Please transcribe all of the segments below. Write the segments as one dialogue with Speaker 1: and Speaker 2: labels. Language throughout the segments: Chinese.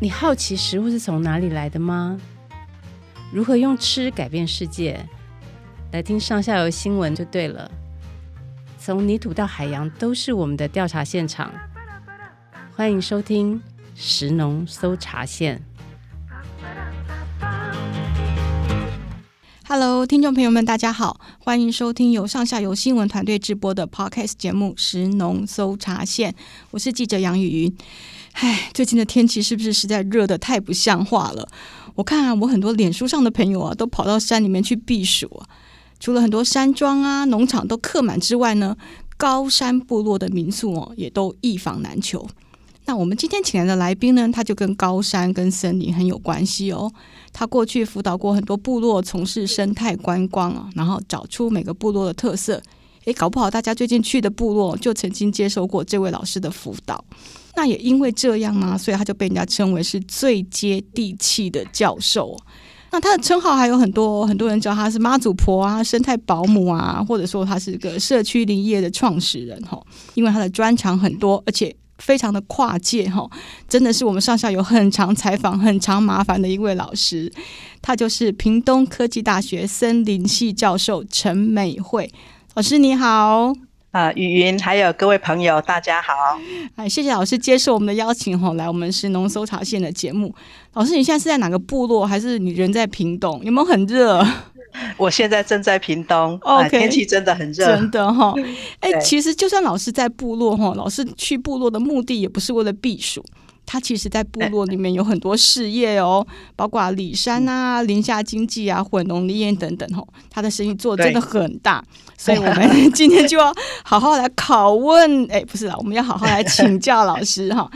Speaker 1: 你好奇食物是从哪里来的吗？如何用吃改变世界？来听上下游新闻就对了。从泥土到海洋，都是我们的调查现场。欢迎收听《食农搜查线》。
Speaker 2: Hello，听众朋友们，大家好，欢迎收听由上下游新闻团队直播的 Podcast 节目《食农搜查线》，我是记者杨雨云。唉，最近的天气是不是实在热的太不像话了？我看啊，我很多脸书上的朋友啊，都跑到山里面去避暑啊。除了很多山庄啊、农场都客满之外呢，高山部落的民宿哦，也都一房难求。那我们今天请来的来宾呢，他就跟高山、跟森林很有关系哦。他过去辅导过很多部落从事生态观光哦，然后找出每个部落的特色。诶，搞不好大家最近去的部落就曾经接受过这位老师的辅导。那也因为这样呢、所以他就被人家称为是最接地气的教授哦。那他的称号还有很多哦，很多人叫他是妈祖婆啊、生态保姆啊，或者说他是个社区林业的创始人哈、哦。因为他的专长很多，而且非常的跨界哈、哦，真的是我们上下游很长采访、很长麻烦的一位老师。他就是屏东科技大学森林系教授陈美惠老师，你好。
Speaker 3: 啊，雨云，还有各位朋友，大家好。
Speaker 2: 哎，谢谢老师接受我们的邀请吼，来我们是农搜查线的节目。老师，你现在是在哪个部落？还是你人在屏东？有没有很热？
Speaker 3: 我现在正在屏东，啊
Speaker 2: OK
Speaker 3: 天气真的很 热
Speaker 2: 真。的哈、哎、
Speaker 3: 对
Speaker 2: 其实就算老师在部落哈，老师去部落的目的也不是为了避暑。他其实，在部落里面有很多事业哦，包括里山啊、林下经济啊、混农林业等等哦。他的生意做得真的很大，所以我们今天就要好好来拷问，哎，不是啦，我们要好好来请教老师哈。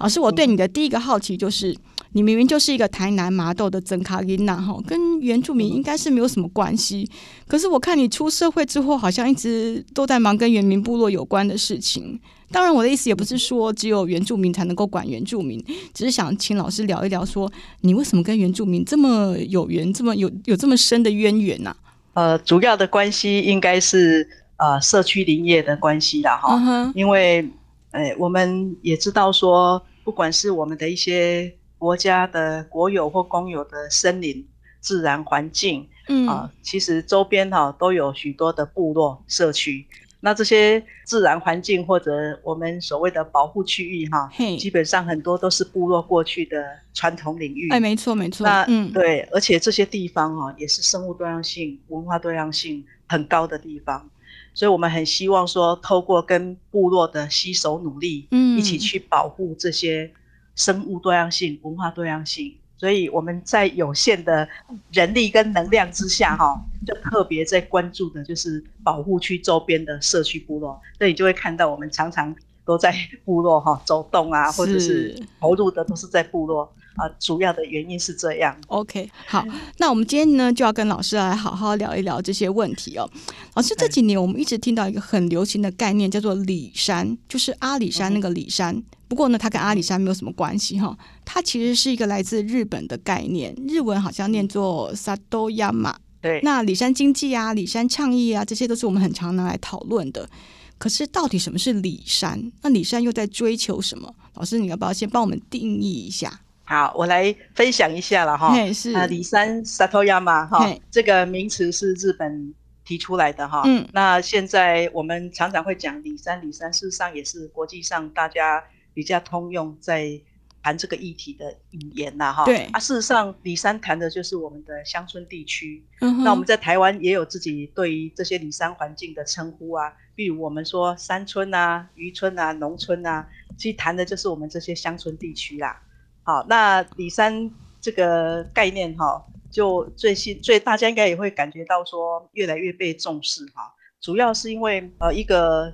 Speaker 2: 老师，我对你的第一个好奇就是，你明明就是一个台南麻豆的曾卡琳娜哈，跟原住民应该是没有什么关系，可是我看你出社会之后，好像一直都在忙跟原民部落有关的事情。当然，我的意思也不是说只有原住民才能够管原住民，只是想请老师聊一聊说你为什么跟原住民这么有缘，这么有有这么深的渊源啊呐、
Speaker 3: 呃，主要的关系应该是呃社区林业的关系啦，哈、
Speaker 2: 嗯哼，
Speaker 3: 因为呃我们也知道说，不管是我们的一些国家的国有或公有的森林自然环境，啊
Speaker 2: 嗯，，
Speaker 3: 其实周边哈、都有许多的部落社区，那这些自然环境或者我们所谓的保护区域哈、
Speaker 2: 嘿
Speaker 3: 基本上很多都是部落过去的传统领域。
Speaker 2: 哎，没错，没错
Speaker 3: 那、，
Speaker 2: 嗯，
Speaker 3: 对，而且这些地方哈、也是生物多样性、文化多样性很高的地方，所以我们很希望说，透过跟部落的携手努力，
Speaker 2: 嗯
Speaker 3: 一起去保护这些生物多样性、文化多样性。所以我们在有限的人力跟能量之下、哈，就特别在关注的就是保护区周边的社区部落。所以你就会看到我们常常都在部落哈、 走动啊，或者是
Speaker 2: 是
Speaker 3: 投入的都是在部落啊。主要的原因是这样。嗯
Speaker 2: OK，好，那我们今天呢就要跟老师来好好聊一聊这些问题哦。老师，这几年我们一直听到一个很流行的概念，叫做里山，就是阿里
Speaker 3: 嗯
Speaker 2: 山那个里山。不过呢，它跟阿里山没有什么关系哈、它其实是一个来自日本的概念，日文好像念
Speaker 3: 嗯
Speaker 2: 作 Sadoyama。
Speaker 3: 对，
Speaker 2: 那里山经济啊、里山倡议啊，这些都是我们很常拿来讨论的。可是到底什么是里山？那里山又在追求什么？老师，你要不要先帮我们定义一下？
Speaker 3: 好，我来分享一下了哈。
Speaker 2: 嘿，是，
Speaker 3: 啊，里山 Satoyama 哈
Speaker 2: 嘿，
Speaker 3: 这个名词是日本提出来的哈。
Speaker 2: 嗯
Speaker 3: 那现在我们常常会讲里山，里山事实上也是国际上大家比较通用在谈这个议题的语言啦哈。
Speaker 2: 对
Speaker 3: 啊，事实上里山谈的就是我们的乡村地区。
Speaker 2: 嗯哼
Speaker 3: 那我们在台湾也有自己对于这些里山环境的称呼啊，比如我们说山村啊、渔村啊、农村啊，其实谈的就是我们这些乡村地区啦。好，那里山这个概念哈、就最新最大家应该也会感觉到说越来越被重视哈、主要是因为呃一个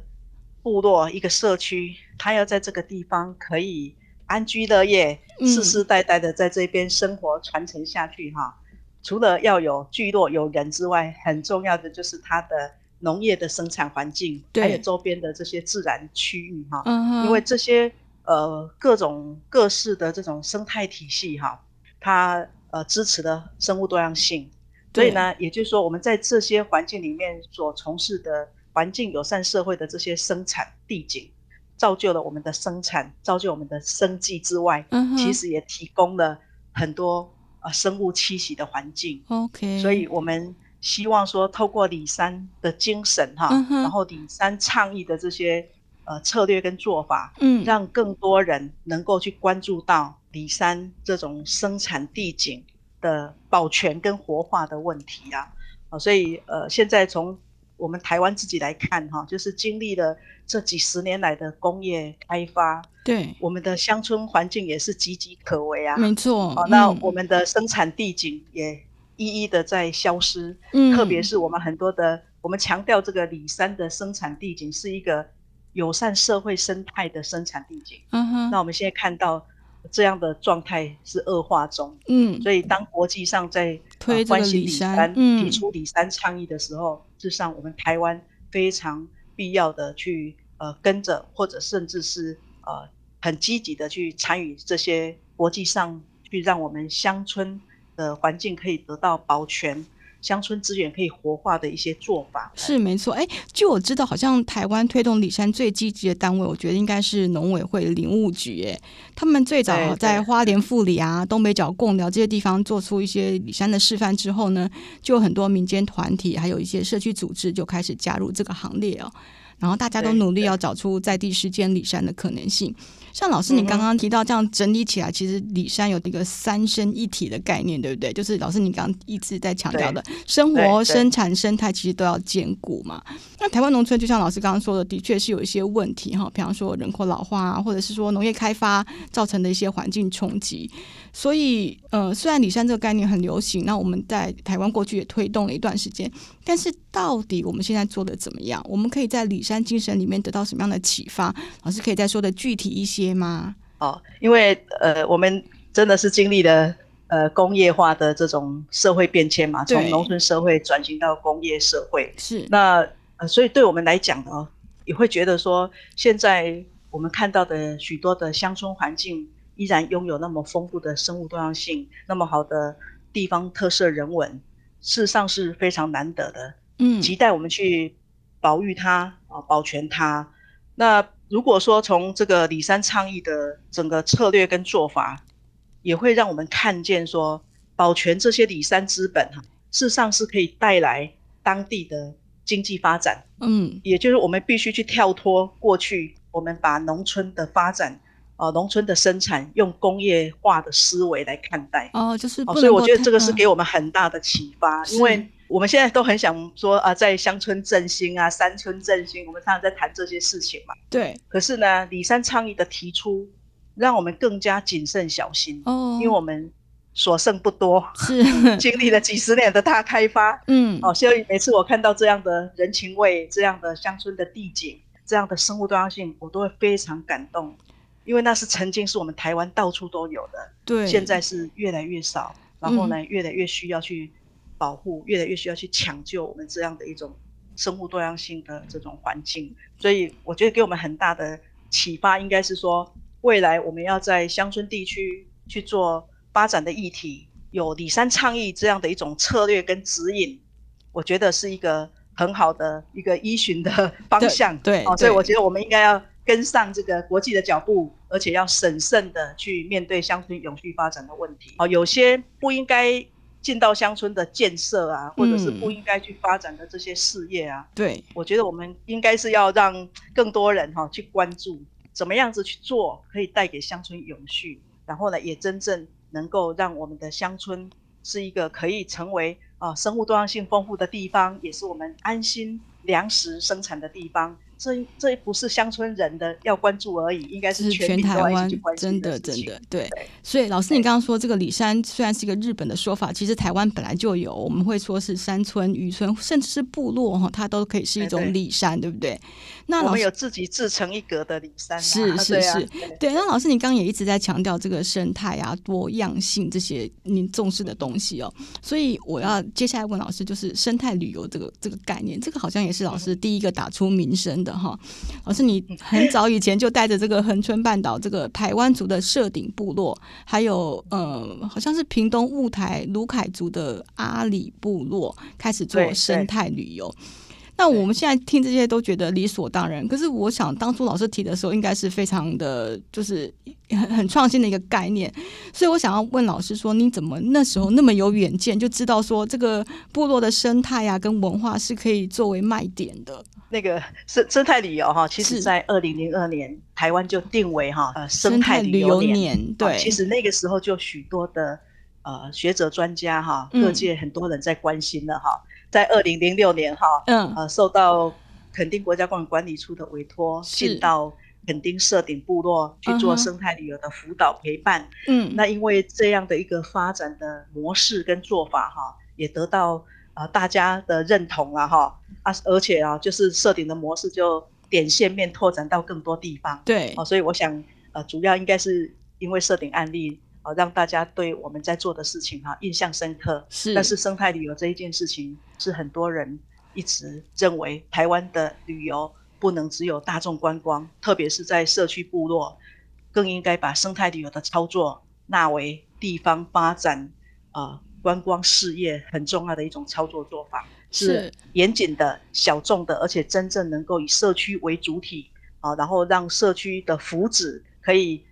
Speaker 3: 部落一个社区，它要在这个地方可以安居乐业，
Speaker 2: 嗯
Speaker 3: 世世代代的在这边生活传承下去哈、除了要有聚落有人之外，很重要的就是它的农业的生产环境，
Speaker 2: 对
Speaker 3: 还有周边的这些自然区域哈、
Speaker 2: 嗯哼，
Speaker 3: 因为这些呃各种各式的这种生态体系哈，它呃支持了生物多样性，所以呢，也就是说我们在这些环境里面所从事的环境友善社会的这些生产地景，造就了我们的生产，造就我们的生计之外，
Speaker 2: 嗯哼，
Speaker 3: 其实也提供了很多呃生物栖息的环境。
Speaker 2: OK，
Speaker 3: 所以我们希望说，透过李三的精神哈，
Speaker 2: 嗯哼
Speaker 3: 然后李三倡议的这些呃策略跟做法，
Speaker 2: 嗯
Speaker 3: 让更多人能够去关注到李三这种生产地景的保全跟活化的问题啊。啊，所以呃，现在从我们台湾自己来看哈，就是经历了这几十年来的工业开发，
Speaker 2: 对，
Speaker 3: 我们的乡村环境也是岌岌可危啊。
Speaker 2: 没错。
Speaker 3: 好、那
Speaker 2: 嗯
Speaker 3: 我们的生产地景也一一的在消失，
Speaker 2: 嗯
Speaker 3: 特别是我们很多的，我们强调这个里山的生产地景是一个友善社会生态的生产地景。
Speaker 2: 嗯哼，
Speaker 3: 那我们现在看到这样的状态是恶化中，
Speaker 2: 嗯
Speaker 3: 所以当国际上在
Speaker 2: 推
Speaker 3: 呃
Speaker 2: 这
Speaker 3: 关
Speaker 2: 个
Speaker 3: 心
Speaker 2: 里
Speaker 3: 里
Speaker 2: 山
Speaker 3: 山、
Speaker 2: 嗯
Speaker 3: 提出里山倡议的时候，事实上我们台湾非常必要的去呃跟着，或者甚至是呃很积极的去参与这些国际上去让我们乡村的环境可以得到保全，乡村资源可以活化的一些做法。
Speaker 2: 是没错，哎，据我知道，好像台湾推动里山最积极的单位，我觉得应该是农委会林务局，哎，他们最
Speaker 3: 对
Speaker 2: 早
Speaker 3: 对
Speaker 2: 在花莲富里啊、东北角贡寮这些地方做出一些里山的示范之后呢，就有很多民间团体还有一些社区组织就开始加入这个行列哦，然后大家都
Speaker 3: 对
Speaker 2: 努力
Speaker 3: 对
Speaker 2: 要找出在地实践里山的可能性。像老师，你
Speaker 3: 嗯哼
Speaker 2: 刚刚提到这样整理起来，其实里山有一个三生一体的概念，对不对？就是老师你刚刚一直在强调的生
Speaker 3: 对
Speaker 2: 活、
Speaker 3: 对
Speaker 2: 生产、生态，其实都要兼顾嘛。那台湾农村就像老师刚刚说的，的确是有一些问题哈，比方说人口老化啊，或者是说农业开发造成的一些环境冲击。所以，呃，虽然里山这个概念很流行，那我们在台湾过去也推动了一段时间，但是到底我们现在做的怎么样？我们可以在里山精神里面得到什么样的启发？老师可以再说的具体一些吗？
Speaker 3: 哦，因为呃，我们真的是经历了呃工业化的这种社会变迁嘛，
Speaker 2: 对
Speaker 3: 从农村社会转型到工业社会。
Speaker 2: 是，
Speaker 3: 那呃，所以对我们来讲呢，也会觉得说，现在我们看到的许多的乡村环境依然拥有那么丰富的生物多样性，那么好的地方特色人文，事实上是非常难得的。
Speaker 2: 嗯，
Speaker 3: 期待我们去保育它啊，保全它。那如果说从这个里山倡议的整个策略跟做法，也会让我们看见说，保全这些里山资本哈，事实上是可以带来当地的经济发展。
Speaker 2: 嗯，
Speaker 3: 也就是我们必须去跳脱过去，我们把农村的发展啊、呃农村的生产用工业化的思维来看待。
Speaker 2: 哦，就是不
Speaker 3: 哦，
Speaker 2: 能够太、
Speaker 3: 所以我觉得这个是
Speaker 2: 嗯
Speaker 3: 给我们很大的启发，
Speaker 2: 是
Speaker 3: 因为我们现在都很想说啊，在乡村振兴啊、山村振兴，我们常常在谈这些事情嘛。
Speaker 2: 对
Speaker 3: 可是呢，李三倡议的提出，让我们更加谨慎小心，
Speaker 2: 哦，
Speaker 3: 因为我们所剩不多，
Speaker 2: 是
Speaker 3: 经历了几十年的大开发，
Speaker 2: 嗯
Speaker 3: 哦，所以每次我看到这样的人情味、这样的乡村的地景、这样的生物多样性，我都会非常感动，因为那是曾经是我们台湾到处都有的。
Speaker 2: 对，嗯
Speaker 3: 现在是越来越少，然后呢，越来越需要去保护，越来越需要去抢救我们这样的一种生物多样性的这种环境。所以我觉得给我们很大的启发，应该是说，未来我们要在乡村地区去做发展的议题，有里山倡议这样的一种策略跟指引，我觉得是一个很好的一个依循的方向。
Speaker 2: 对对
Speaker 3: 哦，所以
Speaker 2: 对
Speaker 3: 我觉得我们应该要跟上这个国际的脚步，而且要审慎的去面对乡村永续发展的问题。哦，有些不应该进到乡村的建设啊，或者是
Speaker 2: 嗯
Speaker 3: 不应该去发展的这些事业啊，
Speaker 2: 对
Speaker 3: 我觉得我们应该是要让更多人哈、去关注，怎么样子去做可以带给乡村永续，然后呢，也真正能够让我们的乡村是一个可以成为啊、生物多样性丰富的地方，也是我们安心粮食生产的地方。这这不是乡村人的要关注而已，应该
Speaker 2: 就是
Speaker 3: 是
Speaker 2: 全
Speaker 3: 民都
Speaker 2: 台
Speaker 3: 要一起
Speaker 2: 湾
Speaker 3: 去关，心
Speaker 2: 真的
Speaker 3: 的事
Speaker 2: 真
Speaker 3: 情
Speaker 2: 的对
Speaker 3: 对。
Speaker 2: 所以老师，你刚刚说这个里山虽然是一个日本的说法，其实台湾本来就有，我们会说是山村、渔村，甚至是部落哈，它都可以是一
Speaker 3: 对
Speaker 2: 种
Speaker 3: 对
Speaker 2: 里山，对不对？那
Speaker 3: 我
Speaker 2: 老
Speaker 3: 们
Speaker 2: 师
Speaker 3: 有自己自成一格的里山、啊，
Speaker 2: 是是
Speaker 3: 对啊
Speaker 2: 是
Speaker 3: 对
Speaker 2: 对，那老师，你刚刚也一直在强调这个生态啊、多样性这些你重视的东西哦，所以我要接下来问老师，就是生态旅游这个这个概念，这个好像也是老师第一个打出名声的哈。老师，你很早以前就带着这个恒春半岛这个台湾族的社顶部落，还有呃，好像是屏东雾台卢凯族的阿里部落开始做
Speaker 3: 对对
Speaker 2: 生态旅游。那我们现在听这些都觉得理所当然，可是我想当初老师提的时候，应该是非常的，就是 很很创新的一个概念。所以我想要问老师说，你怎么那时候那么有远见，就知道说这个部落的生态呀、跟文化是可以作为卖点的？
Speaker 3: 那个生生态旅游哈，其实
Speaker 2: 是
Speaker 3: 在二零零二年台湾就定为哈呃
Speaker 2: 生
Speaker 3: 生
Speaker 2: 态
Speaker 3: 态
Speaker 2: 旅
Speaker 3: 旅
Speaker 2: 游
Speaker 3: 游年。
Speaker 2: 年，
Speaker 3: 哦
Speaker 2: 对，
Speaker 3: 其实那个时候就许多的呃学者专家哈，
Speaker 2: 嗯
Speaker 3: 各界很多人在关心了哈。在二零零六年哈，
Speaker 2: 嗯
Speaker 3: 呃，受到垦丁国家公园管理处的委托，
Speaker 2: 是
Speaker 3: 进到垦丁社顶部落
Speaker 2: 嗯
Speaker 3: 去
Speaker 2: 哼
Speaker 3: 做生态旅游的辅导陪伴。
Speaker 2: 嗯，
Speaker 3: 那因为这样的一个发展的模式跟做法哈，也得到呃大家的认同了哈啊，而且啊，就是社顶的模式就点线面拓展到更多地方。
Speaker 2: 对
Speaker 3: 哦，所以我想，呃，主要应该是因为设定案例，啊、让大家对我们在做的事情哈、印象深刻。
Speaker 2: 是，
Speaker 3: 但是生态旅游这一件事情，是很多人一直认为台湾的旅游不能只有大众观光，特别是在社区部落，更应该把生态旅游的操作纳为地方发展啊、呃观光事业很重要的一种操作做法。
Speaker 2: 是
Speaker 3: 是严谨的、小众的，而且真正能够以社区为主体啊，然后让社区的福祉可以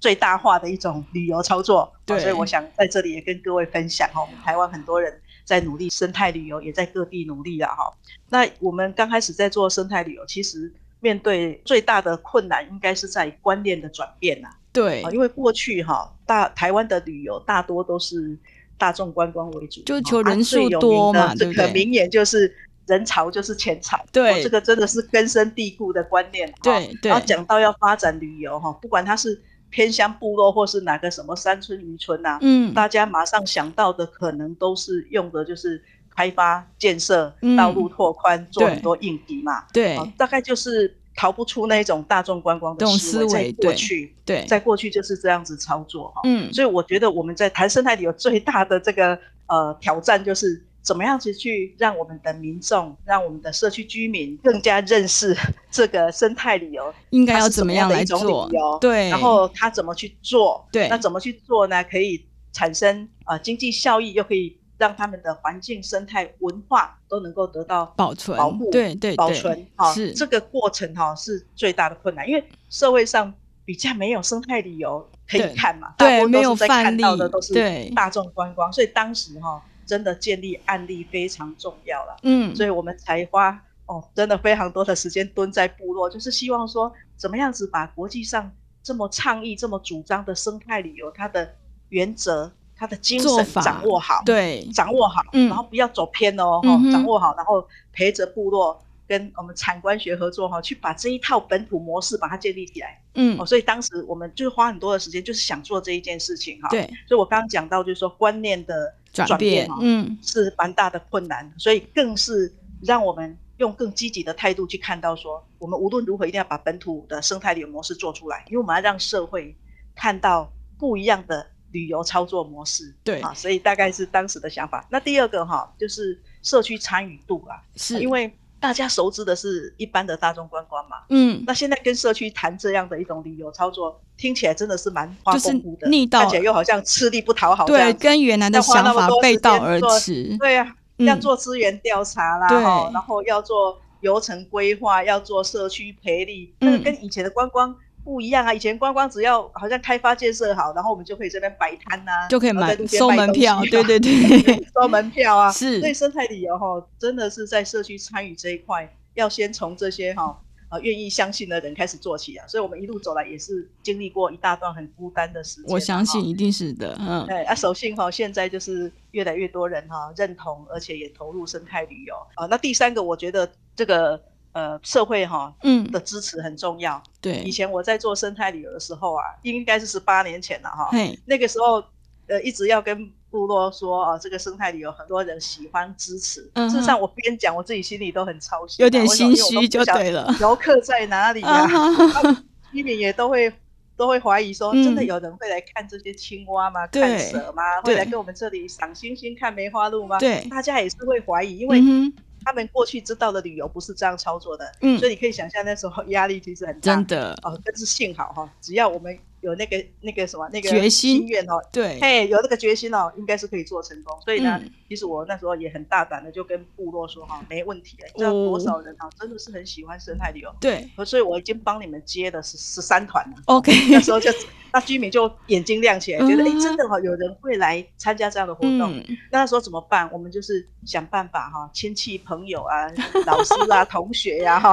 Speaker 3: 最大化的一种旅游操作。啊
Speaker 2: 对
Speaker 3: 所以我想在这里也跟各位分享哈，我们台湾很多人在努力生态旅游，也在各地努力啊哈。那我们刚开始在做生态旅游，其实面对最大的困难，应该是在于观念的转变呐、
Speaker 2: 对
Speaker 3: 啊，，因为过去哈、大台湾的旅游大多都是大众观光为主，
Speaker 2: 就是求
Speaker 3: 啊
Speaker 2: 人
Speaker 3: 最
Speaker 2: 数
Speaker 3: 有
Speaker 2: 多
Speaker 3: 名的
Speaker 2: 嘛
Speaker 3: 这
Speaker 2: 对不
Speaker 3: 个
Speaker 2: 对
Speaker 3: 名言就是“人潮就是钱潮”，
Speaker 2: 对
Speaker 3: 哦这个真的是根深蒂固的观念。哈
Speaker 2: 对对
Speaker 3: 然后讲到要发展旅游哈、不管它是偏乡部落或是哪个什么山村渔村呐、
Speaker 2: 嗯，
Speaker 3: 大家马上想到的可能都是用的就是开发建设
Speaker 2: 嗯、
Speaker 3: 道路拓宽，做
Speaker 2: 对
Speaker 3: 很多应急嘛。
Speaker 2: 对
Speaker 3: 哦大概就是逃不出那种大众观光
Speaker 2: 这
Speaker 3: 的
Speaker 2: 种思
Speaker 3: 思
Speaker 2: 维
Speaker 3: 在过
Speaker 2: 对
Speaker 3: 去。
Speaker 2: 对，
Speaker 3: 在过去就是这样子操作哈、
Speaker 2: 嗯
Speaker 3: 所以我觉得我们在谈生态旅游最大的这个呃挑战就是怎么样子去让我们的民众、让我们的社区居民更加认识这个生态旅游，
Speaker 2: 应该要
Speaker 3: 它是
Speaker 2: 怎
Speaker 3: 怎
Speaker 2: 么
Speaker 3: 么样的
Speaker 2: 来
Speaker 3: 一种
Speaker 2: 做
Speaker 3: 理由？
Speaker 2: 对，
Speaker 3: 然后它怎么去做？
Speaker 2: 对
Speaker 3: 那怎么去做呢？可以产生呃经济效益，又可以让他们的环境、生态、文化都能够得到
Speaker 2: 保存
Speaker 3: 保护
Speaker 2: 对对
Speaker 3: 保
Speaker 2: 对
Speaker 3: 存哈、
Speaker 2: 是
Speaker 3: 这个过程哈、是最大的困难，因为社会上比较没有生态旅游可以
Speaker 2: 对
Speaker 3: 看嘛，
Speaker 2: 对
Speaker 3: 大部分
Speaker 2: 没
Speaker 3: 都
Speaker 2: 有
Speaker 3: 是在
Speaker 2: 范
Speaker 3: 看到
Speaker 2: 例
Speaker 3: 的都是
Speaker 2: 对
Speaker 3: 大众观光，所以当时哈、真的建立案例非常重要了，
Speaker 2: 嗯，
Speaker 3: 所以我们才花哦真的非常多的时间蹲在部落，就是希望说怎么样子把国际上这么倡议、这么主张的生态旅游它的原则、它的精
Speaker 2: 做
Speaker 3: 神
Speaker 2: 法
Speaker 3: 掌握好，
Speaker 2: 对
Speaker 3: 掌握好，
Speaker 2: 嗯
Speaker 3: 然后不要走偏了哦，
Speaker 2: 嗯哼
Speaker 3: 哈掌握好，然后陪着部落跟我们产官学合作哈、哦去把这一套本土模式把它建立起来。
Speaker 2: 嗯
Speaker 3: 哦，所以当时我们就花很多的时间，就是想做这一件事情哈、，
Speaker 2: 对
Speaker 3: 所以我刚刚讲到，就是说观念的
Speaker 2: 转变
Speaker 3: 哈、
Speaker 2: 嗯
Speaker 3: 是蛮大的困难，所以更是让我们用更积极的态度去看到说，我们无论如何一定要把本土的生态旅游模式做出来，因为我们要让社会看到不一样的旅游操作模式。
Speaker 2: 对
Speaker 3: 啊，所以大概是当时的想法。那第二个哈，就是社区参与度啊，
Speaker 2: 是
Speaker 3: 因为大家熟知的是一般的大众观光嘛，
Speaker 2: 嗯
Speaker 3: 那现在跟社区谈这样的一种旅游操作，听起来真的是蛮花
Speaker 2: 就是
Speaker 3: 功夫的，
Speaker 2: 逆道
Speaker 3: 看起来又好像吃力不讨好这
Speaker 2: 对
Speaker 3: 样子。
Speaker 2: 跟原来的
Speaker 3: 要花
Speaker 2: 想
Speaker 3: 那么
Speaker 2: 法
Speaker 3: 多
Speaker 2: 背
Speaker 3: 时
Speaker 2: 道
Speaker 3: 间
Speaker 2: 而
Speaker 3: 做
Speaker 2: 驰
Speaker 3: 对呀、
Speaker 2: 嗯
Speaker 3: 要做资源调查啦，
Speaker 2: 对
Speaker 3: 哈，然后要做流程规划，要做社区培力，
Speaker 2: 嗯
Speaker 3: 那个跟以前的观光不一样啊。以前观光只要好像开发建设好，然后我们就可以这边摆摊呐，
Speaker 2: 就可以
Speaker 3: 然后在
Speaker 2: 买
Speaker 3: 路边
Speaker 2: 收
Speaker 3: 卖
Speaker 2: 门
Speaker 3: 东西
Speaker 2: 票
Speaker 3: 啊，
Speaker 2: 对对对
Speaker 3: 收门票啊。
Speaker 2: 是
Speaker 3: 所以生态旅游哈，真的是在社区参与这一块，要先从这些哈。呃，愿意相信的人开始做起啊，所以我们一路走来也是经历过一大段很孤单的时间啊。
Speaker 2: 我相
Speaker 3: 哈
Speaker 2: 信一定是的嗯
Speaker 3: 对啊，首信哈、现在就是越来越多人哈、认同，而且也投入生态旅游啊。那第三个，我觉得这个呃社会哈、
Speaker 2: 嗯
Speaker 3: 的支持很重要。以
Speaker 2: 对
Speaker 3: 前我在做生态旅游的时候啊，应该是十八年前了哈、
Speaker 2: 嘿
Speaker 3: 那个时候呃一直要跟部落说啊，这个生态旅游很多人喜欢支持。
Speaker 2: 嗯哼
Speaker 3: 事实上，我边讲我自己心里都很操心啊、
Speaker 2: 有点
Speaker 3: 为什么
Speaker 2: 心
Speaker 3: 因为我
Speaker 2: 虚
Speaker 3: 都
Speaker 2: 就
Speaker 3: 不晓得
Speaker 2: 对了
Speaker 3: 游客在哪里
Speaker 2: 啊
Speaker 3: 呀、
Speaker 2: 哈
Speaker 3: 居民也都会都会怀疑说，
Speaker 2: 嗯
Speaker 3: 真的有人会来看这些青蛙吗？
Speaker 2: 对
Speaker 3: 看蛇吗？
Speaker 2: 对
Speaker 3: 会来跟我们这里赏星星、看梅花鹿吗？
Speaker 2: 对
Speaker 3: 大家也是会怀疑，因为
Speaker 2: 嗯哼
Speaker 3: 他们过去知道的旅游不是这样操作的，
Speaker 2: 嗯
Speaker 3: 所以你可以想象那时候压力其实很大。
Speaker 2: 真的
Speaker 3: 哦，但是幸好哈、只要我们有那个那个什么那个
Speaker 2: 决心
Speaker 3: 愿哦，
Speaker 2: 对，
Speaker 3: 嘿，有这个决心哦，应该是可以做成功。所以呢，
Speaker 2: 嗯
Speaker 3: 其实我那时候也很大胆的就跟部落说哈，没问题的，你知道
Speaker 2: 哦
Speaker 3: 多少人啊，真的是很喜欢生态旅游，
Speaker 2: 对
Speaker 3: 所以我已经帮你们接了十十三团了。
Speaker 2: ，OK，
Speaker 3: 那时候就那居民就眼睛亮起来，觉得哎、
Speaker 2: 嗯
Speaker 3: 诶真的哈、有人会来参加这样的活动。
Speaker 2: 嗯，
Speaker 3: 那时候怎么办？我们就是想办法哈、亲戚朋友啊、老师啊、 同学呀、 哈，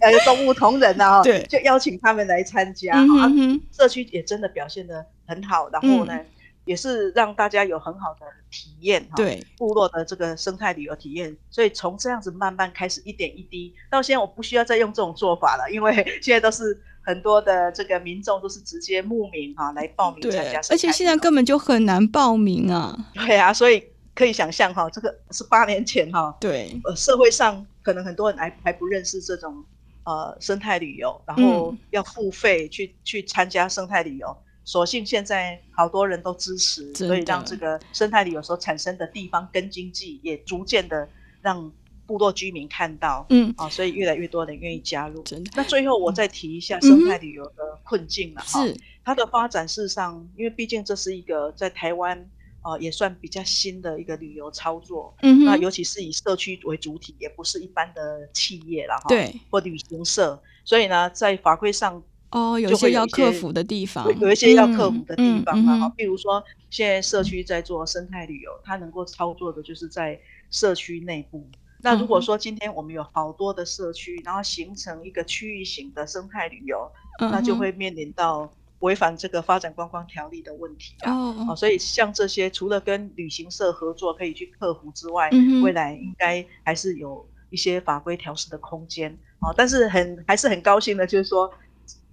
Speaker 3: 呃，动物同仁啊，哈
Speaker 2: 对
Speaker 3: 就邀请他们来参加哈、
Speaker 2: 嗯
Speaker 3: 啊
Speaker 2: 哼哼，
Speaker 3: 社区也真的表现得很好，然
Speaker 2: 嗯
Speaker 3: 后呢，也是让大家有很好的体验哈、
Speaker 2: 对，
Speaker 3: 部落的这个生态旅游体验，所以从这样子慢慢开始，一点一滴，到现在我不需要再用这种做法了，因为现在都是很多的这个民众都是直接慕名哈、来报名参
Speaker 2: 对
Speaker 3: 加生态旅游，，
Speaker 2: 而且现在根本就很难报名啊，
Speaker 3: 对啊，所以可以想象哈、这个是八年前哈、
Speaker 2: 对，
Speaker 3: 呃，社会上可能很多人还还不认识这种呃生态旅游，然后
Speaker 2: 嗯
Speaker 3: 要付费去去参加生态旅游。所幸现在好多人都支持，
Speaker 2: 真
Speaker 3: 所以让
Speaker 2: 的
Speaker 3: 这个生态旅游所产生的地方跟经济也逐渐的让部落居民看到
Speaker 2: 嗯，
Speaker 3: 啊，所以越来越多人愿意加入。
Speaker 2: 真的
Speaker 3: 那最后我再提一下
Speaker 2: 嗯哼
Speaker 3: 生态旅游的困境了哈、
Speaker 2: 是，
Speaker 3: 它的发展事实上，因为毕竟这是一个在台湾啊、呃也算比较新的一个旅游操作，
Speaker 2: 嗯
Speaker 3: 那
Speaker 2: 哼，
Speaker 3: 尤其是以社区为主体，也不是一般的企业了哈，，
Speaker 2: 对，
Speaker 3: 或旅行社，所以呢，在法规上
Speaker 2: 哦，有
Speaker 3: 就会
Speaker 2: 些
Speaker 3: 有
Speaker 2: 要
Speaker 3: 一
Speaker 2: 克
Speaker 3: 些
Speaker 2: 服的地方嗯
Speaker 3: 有，有一些要克服的地方啊
Speaker 2: 嘛
Speaker 3: 嘛，哈、，比如说现在社区在做生态旅游，它能够操作的就是在社区内部。那如
Speaker 2: 嗯
Speaker 3: 果说今天我们有好多的社区，然后形成一个区域型的生态旅游，
Speaker 2: 嗯
Speaker 3: 那就
Speaker 2: 哼
Speaker 3: 会面临到违反这个发展观光条例的问题啊。哦，
Speaker 2: 哦，
Speaker 3: 所以像这些，除了跟旅行社合作可以去克服之外，
Speaker 2: 嗯哼
Speaker 3: 未来应该还是有一些法规调试的空间哦。但是很还是很高兴的，就是说，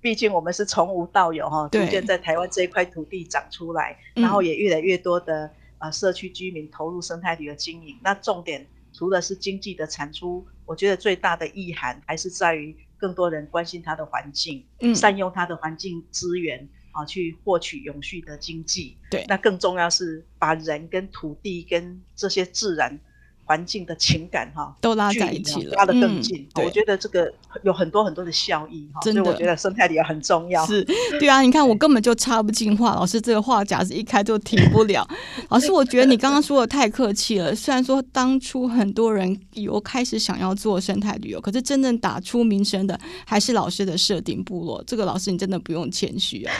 Speaker 3: 毕竟我们是从无到有哈、哦，逐
Speaker 2: 对
Speaker 3: 渐在台湾这一块土地长出来，
Speaker 2: 嗯
Speaker 3: 然后也越来越多的啊、呃社区居民投入生态旅游经营。那重点除了是经济的产出，我觉得最大的意涵还是在于更多人关心它的环境。
Speaker 2: 嗯，
Speaker 3: 善用它的环境资源啊，去获取永续的经济。
Speaker 2: 对
Speaker 3: 那更重要是把人跟土地跟这些自然环境的情感哈、
Speaker 2: 都拉
Speaker 3: 距
Speaker 2: 在
Speaker 3: 离
Speaker 2: 一起
Speaker 3: 啊
Speaker 2: 了，
Speaker 3: 拉得更
Speaker 2: 嗯
Speaker 3: 近、
Speaker 2: 对
Speaker 3: 我觉得这个有很多很多的效益哈、
Speaker 2: 真
Speaker 3: 所以我
Speaker 2: 的
Speaker 3: 觉得生态旅游很重要。
Speaker 2: 是，对啊，你看我根本就插不进话，老师这个话匣子一开就停不了。老师，我觉得你刚刚说的太客气了。虽然说当初很多人有开始想要做生态旅游，可是真正打出名声的还是老师的设定部落。这个老师你真的不用谦虚啊。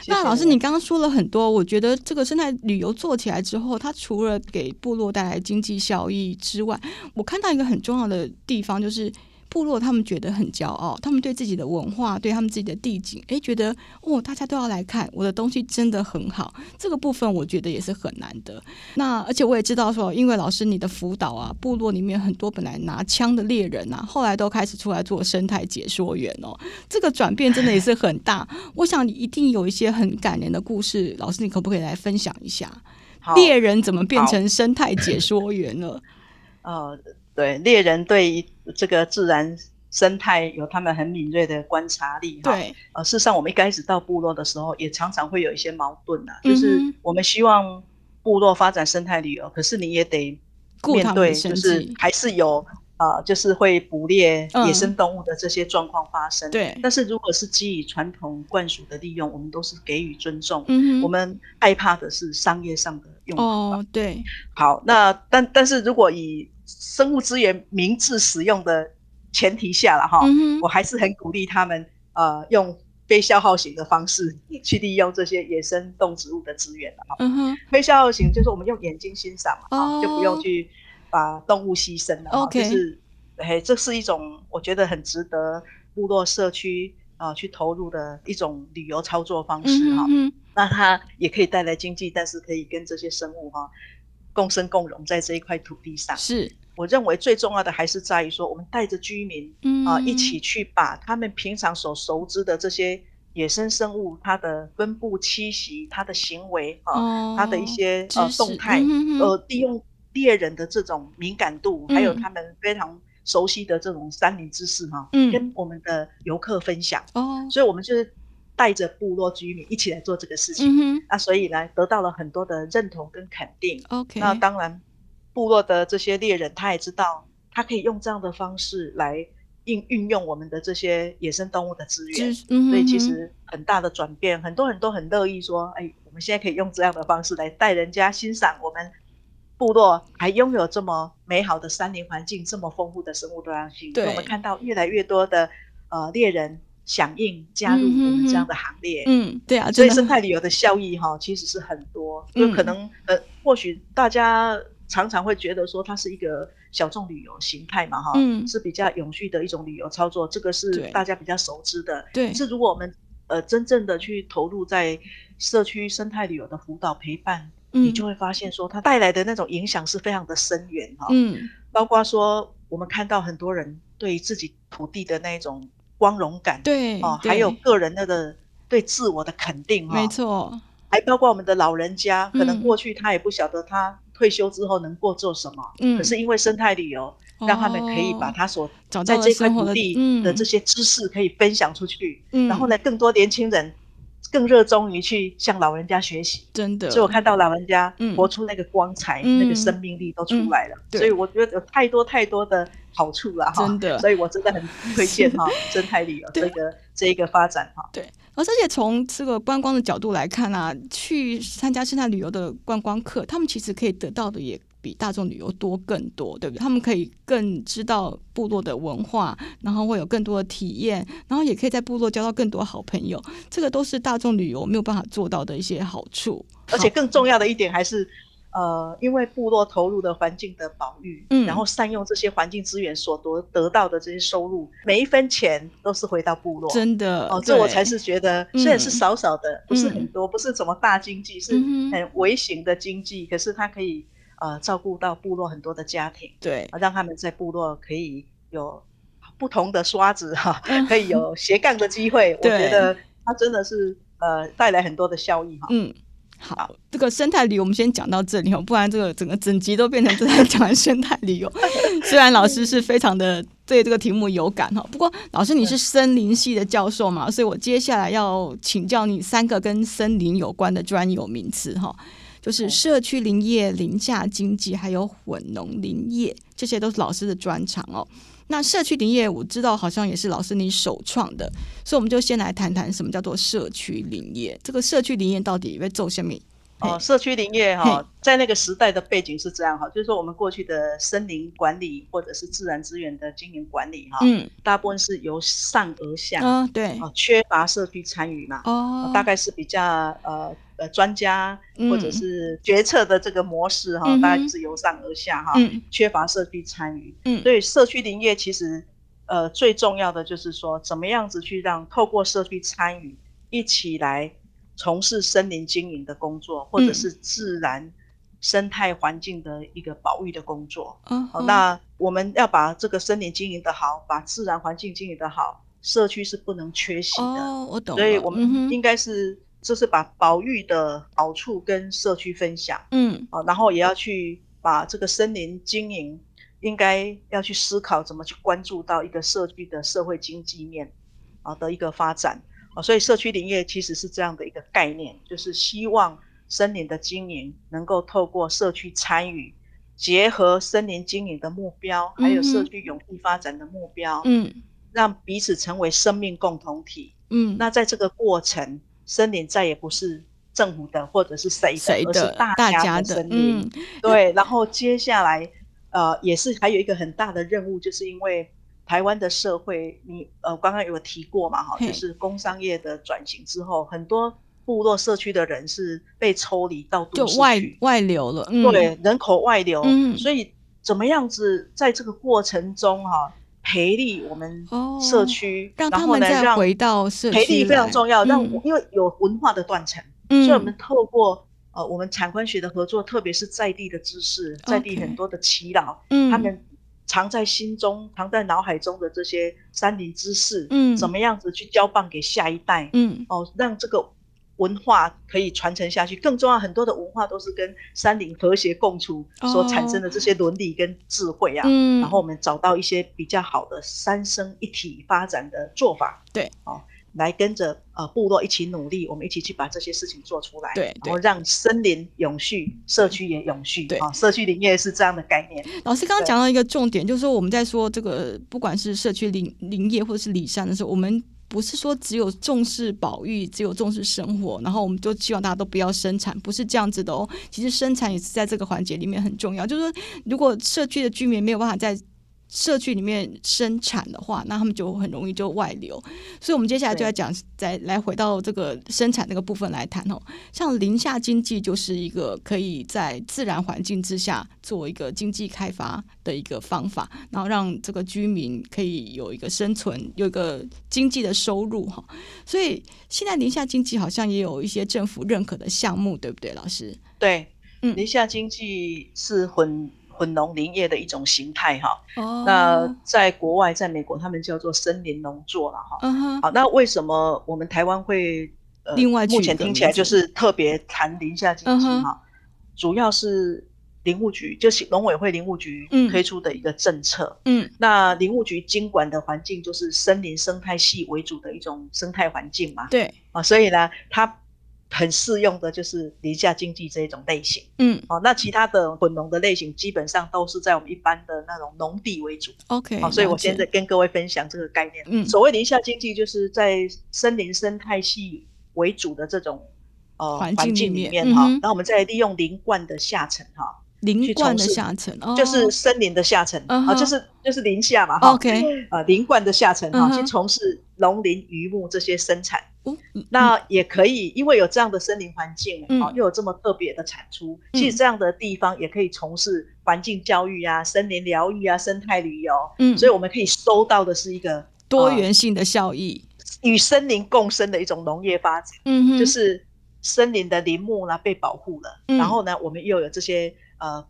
Speaker 3: 谢谢
Speaker 2: 那老师，你刚刚说了很多，我觉得这个生态旅游做起来之后，它除了给部落带来经济效益之外，我看到一个很重要的地方就是。部落他们觉得很骄傲，他们对自己的文化，对他们自己的地景，诶，觉得哦，大家都要来看我的东西，真的很好。这个部分我觉得也是很难得。那而且我也知道说，因为老师你的辅导啊，部落里面很多本来拿枪的猎人啊，后来都开始出来做生态解说员哦，这个转变真的也是很大。我想你一定有一些很感人的故事，老师，你可不可以来分享一下
Speaker 3: 好
Speaker 2: 猎人怎么变
Speaker 3: 好
Speaker 2: 成生态解说员 了？
Speaker 3: 呃，对猎人对于这个自然生态有他们很敏锐的观察力哈。
Speaker 2: 对，
Speaker 3: 呃，事实上，我们一开始到部落的时候，也常常会有一些矛盾啊，就是
Speaker 2: 嗯哼
Speaker 3: 我们希望部落发展生态旅游，可是你也得
Speaker 2: 顾他们
Speaker 3: 面对，
Speaker 2: 的生
Speaker 3: 就是
Speaker 2: 计
Speaker 3: 还是有呃，就是会捕猎野
Speaker 2: 嗯
Speaker 3: 生动物的这些状况发生。、
Speaker 2: 对，
Speaker 3: 但是如果是基于传统惯属的利用，我们都是给予尊重。
Speaker 2: 嗯哼
Speaker 3: 我们害怕的是商业上的用途。
Speaker 2: 哦，对，
Speaker 3: 好，那但但是如果以生物资源明智使用的前提下了哈，
Speaker 2: 嗯
Speaker 3: 我
Speaker 2: 哼，
Speaker 3: 还是很鼓励他们呃用非消耗型的方式去利用这些野生动植物的资源了哈。
Speaker 2: 嗯哼
Speaker 3: 非消耗型就是我们用眼睛欣赏嘛啊，
Speaker 2: 哦
Speaker 3: 就不用去把动物牺牲了哈。啊
Speaker 2: OK
Speaker 3: 就是哎，这是一种我觉得很值得部落社区啊、去投入的一种旅游操作方式
Speaker 2: 嗯
Speaker 3: 哈。
Speaker 2: 哼，
Speaker 3: 那它也可以带来经济，但是可以跟这些生物哈、共生共荣在这一块土地上。
Speaker 2: 是，
Speaker 3: 我认为最重要的还是在于说，我们带着居民
Speaker 2: 嗯
Speaker 3: 啊、一起，去把他们平常所熟知的这些野生生物它的分布、栖息、它的行为啊、
Speaker 2: 哦，
Speaker 3: 它的一些
Speaker 2: 知
Speaker 3: 呃
Speaker 2: 识
Speaker 3: 动态，
Speaker 2: 嗯哼哼
Speaker 3: 呃，利用猎人的这种敏感度，还有
Speaker 2: 嗯
Speaker 3: 他们非常熟悉的这种山林知识哈、
Speaker 2: 嗯
Speaker 3: 跟我们的游客分享。
Speaker 2: 哦，
Speaker 3: 所以，我们就是带着部落居民一起来做这个事情。
Speaker 2: 嗯哼
Speaker 3: 那所以呢，得到了很多的认同跟肯定。
Speaker 2: ，OK，
Speaker 3: 那当然，部落的这些猎人他也知道，他可以用这样的方式来应运用我们的这些野生动物的资源
Speaker 2: 知，嗯哼
Speaker 3: 所以其
Speaker 2: 哼
Speaker 3: 实很大的转变，很多人都很乐意说，哎，我们现在可以用这样的方式来带人家欣赏我们部落还拥有这么美好的山林环境，这么丰富的生物多样性。
Speaker 2: 对
Speaker 3: 所以我们看到越来越多的呃猎人响应加入我
Speaker 2: 嗯哼
Speaker 3: 们
Speaker 2: 哼
Speaker 3: 这样的行列。
Speaker 2: 嗯，对啊，
Speaker 3: 所
Speaker 2: 真
Speaker 3: 以
Speaker 2: 的
Speaker 3: 生态旅游的效益哈、其实是很多，就
Speaker 2: 嗯
Speaker 3: 可能、呃，或许大家常常会觉得说它是一个小众旅游形态嘛哈、
Speaker 2: 嗯
Speaker 3: 是比较永续的一种旅游操作，这个是
Speaker 2: 对
Speaker 3: 大家比较熟知的。
Speaker 2: 对，
Speaker 3: 是如果我们呃真正的去投入在社区生态旅游的辅导陪伴，你
Speaker 2: 嗯
Speaker 3: 就会发现说它带来的那种影响是非常的深远哈、
Speaker 2: 嗯
Speaker 3: 包括说我们看到很多人对自己土地的那种光荣感，
Speaker 2: 对
Speaker 3: 哦，还有哦
Speaker 2: 对
Speaker 3: 个人那个对自我的肯定哈、
Speaker 2: 没错，
Speaker 3: 还包括我们的老人家，可能
Speaker 2: 嗯
Speaker 3: 过去他也不晓得他退休之后能够做什么，
Speaker 2: 嗯，
Speaker 3: 可是因为生态旅游，让他们可以把
Speaker 2: 哦
Speaker 3: 他所
Speaker 2: 找到
Speaker 3: 在
Speaker 2: 了
Speaker 3: 这块
Speaker 2: 生活
Speaker 3: 土
Speaker 2: 的
Speaker 3: 地
Speaker 2: 嗯
Speaker 3: 的这些知识可以分享出去，
Speaker 2: 嗯
Speaker 3: 然后呢，更多年轻人更热衷于去向老人家学习。
Speaker 2: 真的，
Speaker 3: 所以我看到老人家
Speaker 2: 嗯
Speaker 3: 活出那个光彩、
Speaker 2: 嗯
Speaker 3: 那个生命力都出来了，
Speaker 2: 对
Speaker 3: 所以我觉得有太多太多的好处了哈。
Speaker 2: 真的
Speaker 3: 所以我真的很推荐 哈生态旅游
Speaker 2: 对
Speaker 3: 这个这一个发展哈。
Speaker 2: 对，而且从这个观光的角度来看啊，去参加生态旅游的观光客，他们其实可以得到的也比大众旅游多更多，对不对？他们可以更知道部落的文化，然后会有更多的体验，然后也可以在部落交到更多好朋友，这个都是大众旅游没有办法做到的一些好处。
Speaker 3: 而且更重要的一点还是，呃，因为部落投入的环境的保育，
Speaker 2: 嗯
Speaker 3: 然后善用这些环境资源所得得到的这些收入，每一分钱都是回到部落。
Speaker 2: 真的
Speaker 3: 哦，这我才
Speaker 2: 对
Speaker 3: 是觉得，
Speaker 2: 嗯
Speaker 3: 虽然是少少的，不
Speaker 2: 嗯
Speaker 3: 是很多，不是什么大经济，是
Speaker 2: 嗯哼
Speaker 3: 很微型的经济，可是它可以呃照顾到部落很多的家庭，
Speaker 2: 对
Speaker 3: 啊让他们在部落可以有不同的刷子哈，可以有斜杠的机会。我
Speaker 2: 嗯对
Speaker 3: 觉得它真的是呃带来很多的效益哈。
Speaker 2: 嗯，好，这个生态旅游我们先讲到这里哦，不然这个整个整集都变成都在讲生态旅 游。虽然老师是非常的对这个题目有感哈，不过老师你是森林系的教授嘛，所以我接下来要请教你三个跟森林有关的专有名词哈。就是
Speaker 3: 好
Speaker 2: 社区林业、林下经济，还有混农林业，这些都是老师的专长哦。那社区林业我知道好像也是老师你首创的，所以我们就先来谈谈什么叫做社区林业。这个社区林业到底会做什么？
Speaker 3: 哦，
Speaker 2: 嘿，
Speaker 3: 社区林业哈、
Speaker 2: 嘿
Speaker 3: 在那个时代的背景是这样哈、就是说我们过去的森林管理或者是自然资源的经营管理哈、
Speaker 2: 嗯
Speaker 3: 大部分是由上而下啊、
Speaker 2: 啊，对，
Speaker 3: 缺乏社区参与嘛，
Speaker 2: 哦，
Speaker 3: 大概是比较呃呃专家
Speaker 2: 嗯
Speaker 3: 或者是决策的这个模式哈、
Speaker 2: 嗯哼
Speaker 3: 大概是由上而下哈、
Speaker 2: 嗯
Speaker 3: 缺乏社区参与，
Speaker 2: 嗯
Speaker 3: 所以社区林业其实呃最重要的就是说，怎么样子去让透过社区参与一起来从事森林经营的工作，或
Speaker 2: 嗯
Speaker 3: 者是自然生态环境的一个保育的工作。
Speaker 2: 哦
Speaker 3: 好、那我们要把这个森林经营的好，把自然环境经营的好，社区是不能缺席的。
Speaker 2: 哦，我懂了，
Speaker 3: 所以我
Speaker 2: 嗯
Speaker 3: 们
Speaker 2: 哼
Speaker 3: 应该是、就是把保育的好处跟社区分享。
Speaker 2: 嗯
Speaker 3: 啊，然后也要去把这个森林经营，应该要去思考怎么去关注到一个社区的社会经济面啊的一个发展啊，所以社区林业其实是这样的一个概念，就是希望森林的经营能够透过社区参与，结合森林经营的目标，还有
Speaker 2: 嗯
Speaker 3: 社
Speaker 2: 哼
Speaker 3: 区永续发展的目标，
Speaker 2: 嗯
Speaker 3: 让彼此成为生命共同体。
Speaker 2: 嗯，
Speaker 3: 那在这个过程，森林再也不是政府的或者是谁的，
Speaker 2: 谁
Speaker 3: 而是
Speaker 2: 的
Speaker 3: 大
Speaker 2: 大
Speaker 3: 家
Speaker 2: 家
Speaker 3: 的森林。
Speaker 2: 嗯
Speaker 3: 对，然后接下来，呃，也是还有一个很大的任务，就是因为台湾的社会，你呃刚刚有提过嘛，哈，
Speaker 2: 嘿
Speaker 3: 就是工商业的转型之后，很多部落社区的人是被抽离到
Speaker 2: 就
Speaker 3: 都市
Speaker 2: 外
Speaker 3: 去，
Speaker 2: 外流了，嗯
Speaker 3: 对，人口外流，
Speaker 2: 嗯
Speaker 3: 所以怎么样子在这个过程中哈、培力我们
Speaker 2: 哦
Speaker 3: 社区，
Speaker 2: 让
Speaker 3: 然
Speaker 2: 他
Speaker 3: 后
Speaker 2: 们
Speaker 3: 呢，
Speaker 2: 再
Speaker 3: 让
Speaker 2: 回到社区
Speaker 3: 培力非常
Speaker 2: 来
Speaker 3: 重要，让
Speaker 2: 嗯
Speaker 3: 我因为有文化的断层。
Speaker 2: 嗯
Speaker 3: 所以我们透过呃我们产官学的合作，特别是在地的知识，在地
Speaker 2: OK
Speaker 3: 很多的祈祷
Speaker 2: 嗯
Speaker 3: 他们藏在心中、藏在脑海中的这些山林知识，
Speaker 2: 嗯
Speaker 3: 怎么样子去交棒给下一代，
Speaker 2: 嗯
Speaker 3: 哦，让这个。文化可以传承下去，更重要，很多的文化都是跟山林和谐共处所产生的
Speaker 2: 哦
Speaker 3: 这些伦理跟智慧啊。
Speaker 2: 嗯，
Speaker 3: 然后我们找到一些比较好的三生一体发展的做法。
Speaker 2: 对，
Speaker 3: 哦，来跟着呃部落一起努力，我们一起去把这些事情做出来，
Speaker 2: 对对
Speaker 3: 然后让森林永续，社区也永续，
Speaker 2: 对
Speaker 3: 啊，社区林业是这样的概念，
Speaker 2: 老师刚刚讲到一个重点，就是说我们在说这个不管是社区林林业或者是里山的时候，我们不是说只有重视保育，只有重视生活，然后我们就希望大家都不要生产，不是这样子的哦。其实生产也是在这个环节里面很重要，就是说如果社区的居民没有办法在社区里面生产的话，那他们就很容易就外流。所以，我们接下来就
Speaker 3: 对
Speaker 2: 要讲，再来回到这个生产这个部分来谈哦。像林下经济就是一个可以在自然环境之下做一个经济开发的一个方法，然后让这个居民可以有一个生存，有一个经济的收入哈。所以，现在林下经济好像也有一些政府认可的项目，对不对，老师？
Speaker 3: 对，
Speaker 2: 嗯
Speaker 3: 林下经济是混混农林业的一种形态哈。
Speaker 2: 哦
Speaker 3: 那在国外，在美国他们叫做森林农作了哈。
Speaker 2: 嗯哼，
Speaker 3: 好，那为什么我们台湾会呃，
Speaker 2: 另外取
Speaker 3: 目前
Speaker 2: 一个
Speaker 3: 听起来
Speaker 2: 名字
Speaker 3: 就是特别谈林下经济
Speaker 2: 嗯哼
Speaker 3: 哈，主要是林务局，就是农委会林务局
Speaker 2: 嗯
Speaker 3: 推出的一个政策。
Speaker 2: 嗯
Speaker 3: 那林务局经管的环境就是森林生态系为主的一种生态环境嘛，
Speaker 2: 对，
Speaker 3: 啊，所以呢，它很适用的就是林下经济这一种类型。
Speaker 2: 嗯
Speaker 3: 哦，那其他的混农的类型基本上都是在我们一般的那种农地为主。
Speaker 2: ，OK，
Speaker 3: 好、哦所以我
Speaker 2: 了解
Speaker 3: 现在跟各位分享这个概念。
Speaker 2: 嗯
Speaker 3: 所谓林下经济，就是在森林生态系为主的这种呃
Speaker 2: 环境里
Speaker 3: 里
Speaker 2: 面
Speaker 3: 面哈、
Speaker 2: 嗯哼
Speaker 3: 然后我们再利用林冠的下层哈、
Speaker 2: 林
Speaker 3: 去
Speaker 2: 冠
Speaker 3: 从
Speaker 2: 的
Speaker 3: 事
Speaker 2: 下层，哦、
Speaker 3: 就是森林的下层，
Speaker 2: 嗯
Speaker 3: 啊，
Speaker 2: 哼
Speaker 3: 就是就是林下嘛哈。
Speaker 2: OK，
Speaker 3: 呃，林冠的下层
Speaker 2: 嗯
Speaker 3: 哈、
Speaker 2: 哼
Speaker 3: 去从事农林渔牧这些生产，
Speaker 2: 哦嗯
Speaker 3: 那也可以，因为有这样的森林环境，
Speaker 2: 嗯
Speaker 3: 哦，又有这么特别的产出，
Speaker 2: 嗯
Speaker 3: 其实这样的地方也可以从事环境教育啊、森林疗愈啊、生态旅游，
Speaker 2: 嗯，
Speaker 3: 所以我们可以收到的是一个
Speaker 2: 多
Speaker 3: 呃
Speaker 2: 元性的效益，
Speaker 3: 与森林共生的一种农业发展，
Speaker 2: 嗯哼，
Speaker 3: 就是森林的林木呢被保护了，
Speaker 2: 嗯
Speaker 3: 然后呢，我们又有这些呃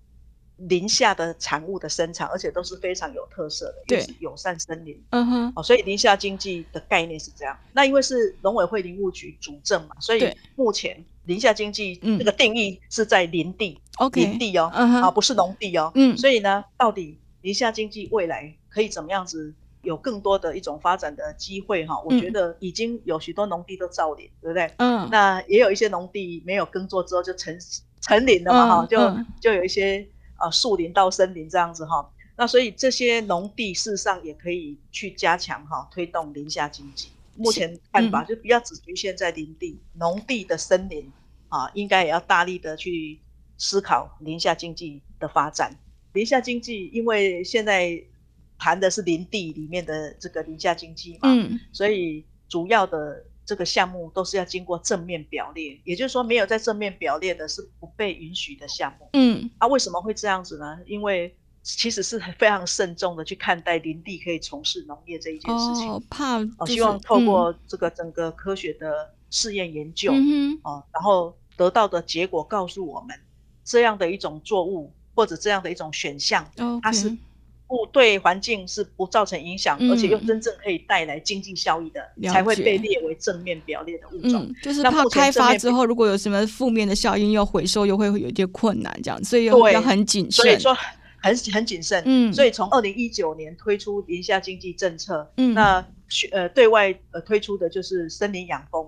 Speaker 3: 林下的产物的生产，而且都是非常有特色的，
Speaker 2: 对
Speaker 3: 又是友善森林。
Speaker 2: 嗯哼，
Speaker 3: 哦，所以林下经济的概念是这样。那因为是农委会林务局主政嘛，所以
Speaker 2: 对
Speaker 3: 目前林下经济
Speaker 2: 嗯
Speaker 3: 这个定义是在林地、
Speaker 2: OK，
Speaker 3: 林地哦，
Speaker 2: 嗯哼
Speaker 3: 啊，不是农地哦。
Speaker 2: 嗯
Speaker 3: 所以呢，到底林下经济未来可以怎么样子有更多的一种发展的机会哈、我
Speaker 2: 嗯
Speaker 3: 觉得已经有许多农地都造林，对不对？
Speaker 2: 嗯，
Speaker 3: 那也有一些农地没有耕作之后就成成林了嘛哈、
Speaker 2: 嗯
Speaker 3: 就、
Speaker 2: 嗯
Speaker 3: 就有一些呃树林到森林这样子哈、那所以这些农地事实上也可以去加强哈、推动林下经济。目前看
Speaker 2: 嗯
Speaker 3: 法、就不要只局限在林地，农地的森林啊，应该也要大力的去思考林下经济的发展。林下经济，因为现在谈的是林地里面的这个林下经济嘛，
Speaker 2: 嗯
Speaker 3: 所以主要的这个项目都是要经过正面表列，也就是说，没有在正面表列的是不被允许的项目。
Speaker 2: 嗯
Speaker 3: 啊，为什么会这样子呢？因为其实是非常慎重的去看待林地可以从事农业这一件事情。
Speaker 2: 哦，怕
Speaker 3: 哦，
Speaker 2: 就是
Speaker 3: 希望透
Speaker 2: 嗯
Speaker 3: 过这个整个科学的试验研究，
Speaker 2: 嗯哼，
Speaker 3: 哦，然后得到的结果告诉我们，这样的一种作物或者这样的一种选项，
Speaker 2: OK，
Speaker 3: 它是不对环境是不造成影响，
Speaker 2: 嗯
Speaker 3: 而且又真正可以带来经济效益的，
Speaker 2: 了
Speaker 3: 才会
Speaker 2: 解
Speaker 3: 被列为正面表列的物种。
Speaker 2: 嗯，就是
Speaker 3: 那
Speaker 2: 怕
Speaker 3: 目前
Speaker 2: 开
Speaker 3: 正
Speaker 2: 发
Speaker 3: 面
Speaker 2: 之后，如果有什么负面的效应，要回收又会有一些困难，这样，所以要
Speaker 3: 对
Speaker 2: 要很谨
Speaker 3: 所以
Speaker 2: 慎。
Speaker 3: 说很很谨慎。
Speaker 2: 嗯
Speaker 3: 所以从二零一九年推出林下经济政策，
Speaker 2: 嗯
Speaker 3: 那去呃对外呃推出的就是森林养蜂、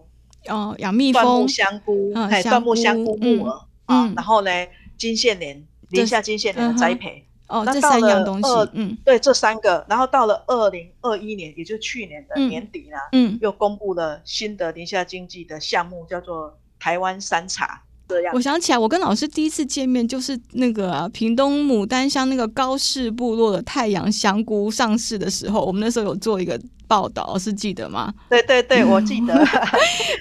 Speaker 2: 哦，养蜜
Speaker 3: 椴木
Speaker 2: 蜂，
Speaker 3: 香菇，
Speaker 2: 嗯
Speaker 3: 哎、
Speaker 2: 香
Speaker 3: 椴木香菇、
Speaker 2: 菇
Speaker 3: 木
Speaker 2: 嗯
Speaker 3: 耳、啊
Speaker 2: 嗯，
Speaker 3: 然后呢金线莲、
Speaker 2: 这
Speaker 3: 林下金线莲
Speaker 2: 嗯
Speaker 3: 的
Speaker 2: 哼
Speaker 3: 栽培，
Speaker 2: 哦，
Speaker 3: 那
Speaker 2: 这
Speaker 3: 到
Speaker 2: 三样
Speaker 3: 了
Speaker 2: 东西
Speaker 3: 二，
Speaker 2: 嗯
Speaker 3: 对这三个，然后到了二零二一年，也就是去年的
Speaker 2: 嗯
Speaker 3: 年底呢，
Speaker 2: 嗯，
Speaker 3: 又公布了新的宁夏经济的项目，叫做台湾山茶。这样
Speaker 2: 我想起来，我跟老师第一次见面就是那个、啊、屏东牡丹乡那个高氏部落的太阳香菇上市的时候，我们那时候有做一个报道，老师记得吗？
Speaker 3: 对对对，我记 得，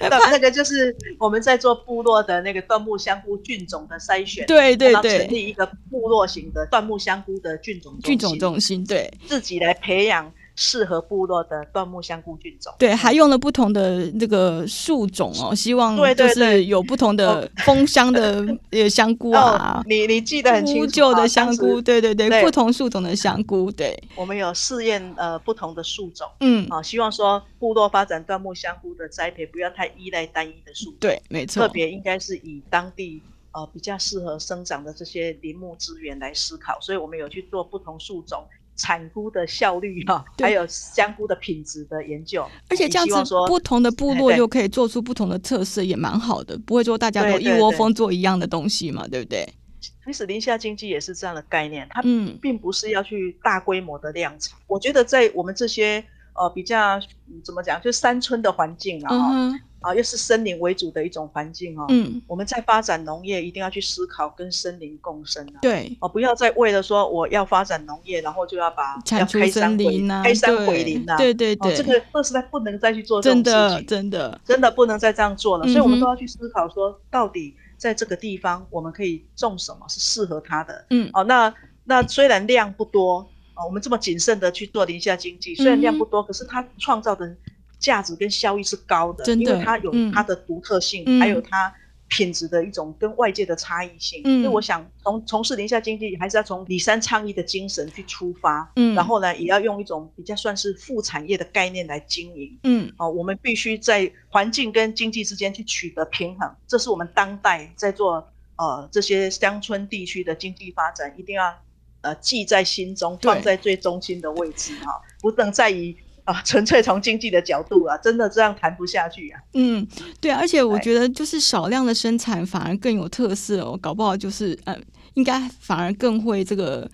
Speaker 3: 那那个就是我们在做部落的那个椴木香菇菌种的筛选，
Speaker 2: 对对
Speaker 3: 然后成
Speaker 2: 对，
Speaker 3: 立一个部落型的椴木香菇的菌种
Speaker 2: 菌
Speaker 3: 心
Speaker 2: 种中心，对
Speaker 3: 自己来培养适合部落的椴木香菇菌种。
Speaker 2: 对，还用了不同的那个树种哦，希望
Speaker 3: 对
Speaker 2: 就
Speaker 3: 对
Speaker 2: 是有不同的风香的呃香菇
Speaker 3: 哦
Speaker 2: 啊，，
Speaker 3: 你你记得很清
Speaker 2: 乌
Speaker 3: 楚，
Speaker 2: 桕
Speaker 3: 啊
Speaker 2: 的香
Speaker 3: 当
Speaker 2: 菇，
Speaker 3: 时
Speaker 2: 对对对，
Speaker 3: 对
Speaker 2: 不同树种的香菇，对，
Speaker 3: 我们有试验呃不同的树种。
Speaker 2: 嗯，
Speaker 3: 啊，希望说部落发展椴木香菇的栽培不要太依赖单一的树种，
Speaker 2: 对，没错
Speaker 3: 特，别应该是以当地呃比较适合生长的这些林木资源来思考。所以我们有去做不同树种产菇的效率哈、
Speaker 2: 对
Speaker 3: 还有香菇的品质的研究。
Speaker 2: 而且
Speaker 3: 也
Speaker 2: 这样
Speaker 3: 希
Speaker 2: 子
Speaker 3: 望说哎
Speaker 2: 不同的部落
Speaker 3: 对对
Speaker 2: 又可以做出不同的特色，也蛮好的，不会说大家都
Speaker 3: 对
Speaker 2: 一
Speaker 3: 对
Speaker 2: 窝
Speaker 3: 对
Speaker 2: 蜂做一样的东西嘛，对不对？
Speaker 3: 其实林下经济也是这样的概念，它
Speaker 2: 嗯，
Speaker 3: 并不是要去大规模的量产。我觉得在我们这些呃比较嗯怎么讲，就是山村的环境啊、
Speaker 2: 嗯
Speaker 3: 哈
Speaker 2: 哼，
Speaker 3: 啊又是森林为主的一种环境哦、
Speaker 2: 嗯，
Speaker 3: 我们在发展农业一定要去思考跟森林共生啊。
Speaker 2: 对，
Speaker 3: 哦，不要再为了说我要发展农业，然后就要把要
Speaker 2: 铲除
Speaker 3: 开山
Speaker 2: 森
Speaker 3: 毁
Speaker 2: 林啊，
Speaker 3: 开山
Speaker 2: 对
Speaker 3: 毁林啊，
Speaker 2: 对对对，
Speaker 3: 哦，这个这实在不能再去做这种
Speaker 2: 真
Speaker 3: 事情，
Speaker 2: 的真的，
Speaker 3: 真的不能再这样做了。所以我
Speaker 2: 嗯
Speaker 3: 们
Speaker 2: 哼
Speaker 3: 都要去思考说，到底在这个地方我们可以种什么是适合它的。
Speaker 2: 嗯
Speaker 3: 哦，那那虽然量不多，哦，我们这么谨慎的去做林下经济，虽然量不
Speaker 2: 嗯
Speaker 3: 多，可是它创造的价值跟效益是高的，
Speaker 2: 真的
Speaker 3: 因为它有
Speaker 2: 嗯
Speaker 3: 它的独特性，
Speaker 2: 嗯
Speaker 3: 还有它。品质的一种跟外界的差异性，
Speaker 2: 嗯
Speaker 3: 所以我想从从事林下经济，还是要从里山倡议的精神去出发，
Speaker 2: 嗯，
Speaker 3: 然后呢，也要用一种比较算是副产业的概念来经营。
Speaker 2: 嗯
Speaker 3: 哦，我们必须在环境跟经济之间去取得平衡，这是我们当代在做呃这些乡村地区的经济发展一定要呃记在心中，
Speaker 2: 对
Speaker 3: 放在最中心的位置哈、不能再以啊、纯粹从经济的角度啊，真的这样谈不下去啊。
Speaker 2: 嗯，对啊，而且我
Speaker 3: 对
Speaker 2: 觉得就是少量的生产反而更有特色哦，搞不好就是呃，应该反而更会这个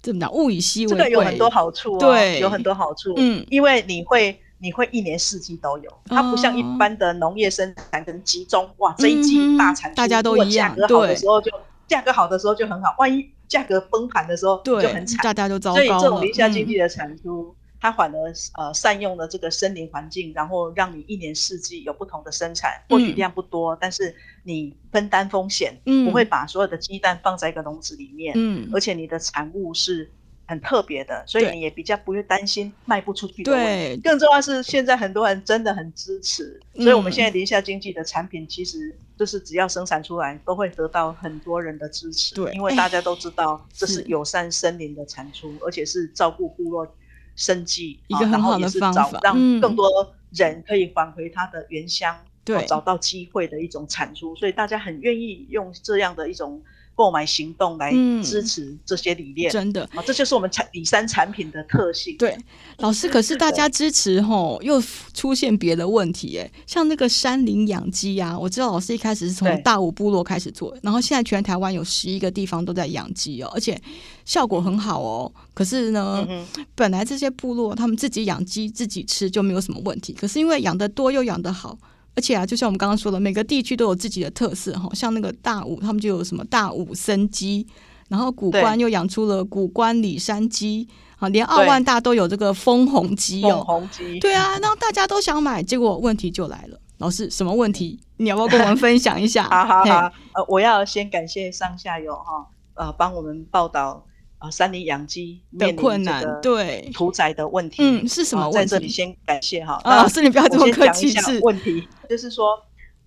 Speaker 2: 怎么讲，物以稀为
Speaker 3: 这
Speaker 2: 贵，
Speaker 3: 个有很多好处、哦，
Speaker 2: 对
Speaker 3: 有很多好处，哦
Speaker 2: 嗯
Speaker 3: 因为你会。你会一年四季都有，它不像一
Speaker 2: 哦
Speaker 3: 般的农业生产跟集中，哇，这一季
Speaker 2: 嗯
Speaker 3: 大产出，
Speaker 2: 大家都
Speaker 3: 如果
Speaker 2: 一样
Speaker 3: 价格好
Speaker 2: 对
Speaker 3: 的时候就价格好的时候就很好，万一价格崩盘的时候就
Speaker 2: 对
Speaker 3: 很，惨。
Speaker 2: 大家都糟糕
Speaker 3: 所以
Speaker 2: 了，
Speaker 3: 这种林下经
Speaker 2: 嗯
Speaker 3: 济的产出，它反而呃善用了这个森林环境，然后让你一年四季有不同的生产，或许
Speaker 2: 嗯
Speaker 3: 量不多，但是你分担风险，
Speaker 2: 嗯
Speaker 3: 不会把所有的鸡蛋放在一个笼子里面，
Speaker 2: 嗯，
Speaker 3: 而且你的产物是。很特别的，所以
Speaker 2: 对
Speaker 3: 你也比较不会担心卖不出去的问题。
Speaker 2: 对，
Speaker 3: 更重要是，现在很多人真的很支持，所以我们
Speaker 2: 嗯
Speaker 3: 现在林下经济的产品，其实就是只要生产出来，都会得到很多人的支持。
Speaker 2: 对
Speaker 3: 因为大家都知道这
Speaker 2: 是
Speaker 3: 是友善森林的产出，而且是照顾部落生计
Speaker 2: 哎一个
Speaker 3: 啊
Speaker 2: 很
Speaker 3: 然后
Speaker 2: 好的
Speaker 3: 也是
Speaker 2: 方
Speaker 3: 找
Speaker 2: 法嗯
Speaker 3: 让更多人可以返回他的原乡，
Speaker 2: 对
Speaker 3: 啊找到机会的一种产出，所以大家很愿意用这样的一种购买行动来
Speaker 2: 嗯
Speaker 3: 支持这些理念。
Speaker 2: 真的。
Speaker 3: 啊，这就是我们产李山产品的特性。
Speaker 2: 对，老师，可是大家支持吼，又出现别的问题哎，像那个山林养鸡呀、我知道老师一开始是从
Speaker 3: 对
Speaker 2: 大武部落开始做，然后现在全台湾有十一个地方都在养鸡哦，而且效果很好哦。可是呢
Speaker 3: 嗯，哼。
Speaker 2: 本来这些部落他们自己养鸡自己吃就没有什么问题，可是因为养得多又养得好，而且啊，就像我们刚刚说的，每个地区都有自己的特色哈。像那个大武，他们就有什么大武生鸡，然后古关
Speaker 3: 对
Speaker 2: 又养出了古关里山鸡，啊，连澳万大都有这个枫红鸡
Speaker 3: 凤
Speaker 2: 哦。
Speaker 3: 凰鸡，
Speaker 2: 对啊，然后大家都想买，结果问题就来了。老师，什么问题？
Speaker 3: 嗯
Speaker 2: 你要不要跟我们分享一 下？
Speaker 3: 好好
Speaker 2: 嘿
Speaker 3: 好，呃，我要先感谢上下游哈，呃，帮我们报道啊、呃山林养鸡
Speaker 2: 的
Speaker 3: 面临
Speaker 2: 困
Speaker 3: 这
Speaker 2: 难
Speaker 3: 个，
Speaker 2: 对，
Speaker 3: 屠宰的问题，
Speaker 2: 嗯，是什么
Speaker 3: 啊
Speaker 2: 问
Speaker 3: 在这里
Speaker 2: 题？
Speaker 3: 先感谢哈。
Speaker 2: 啊，
Speaker 3: 那
Speaker 2: 老师，你不要 这
Speaker 3: 我
Speaker 2: 么
Speaker 3: 先
Speaker 2: 客
Speaker 3: 讲一
Speaker 2: 气，
Speaker 3: 下
Speaker 2: 是，
Speaker 3: 问题，就是说，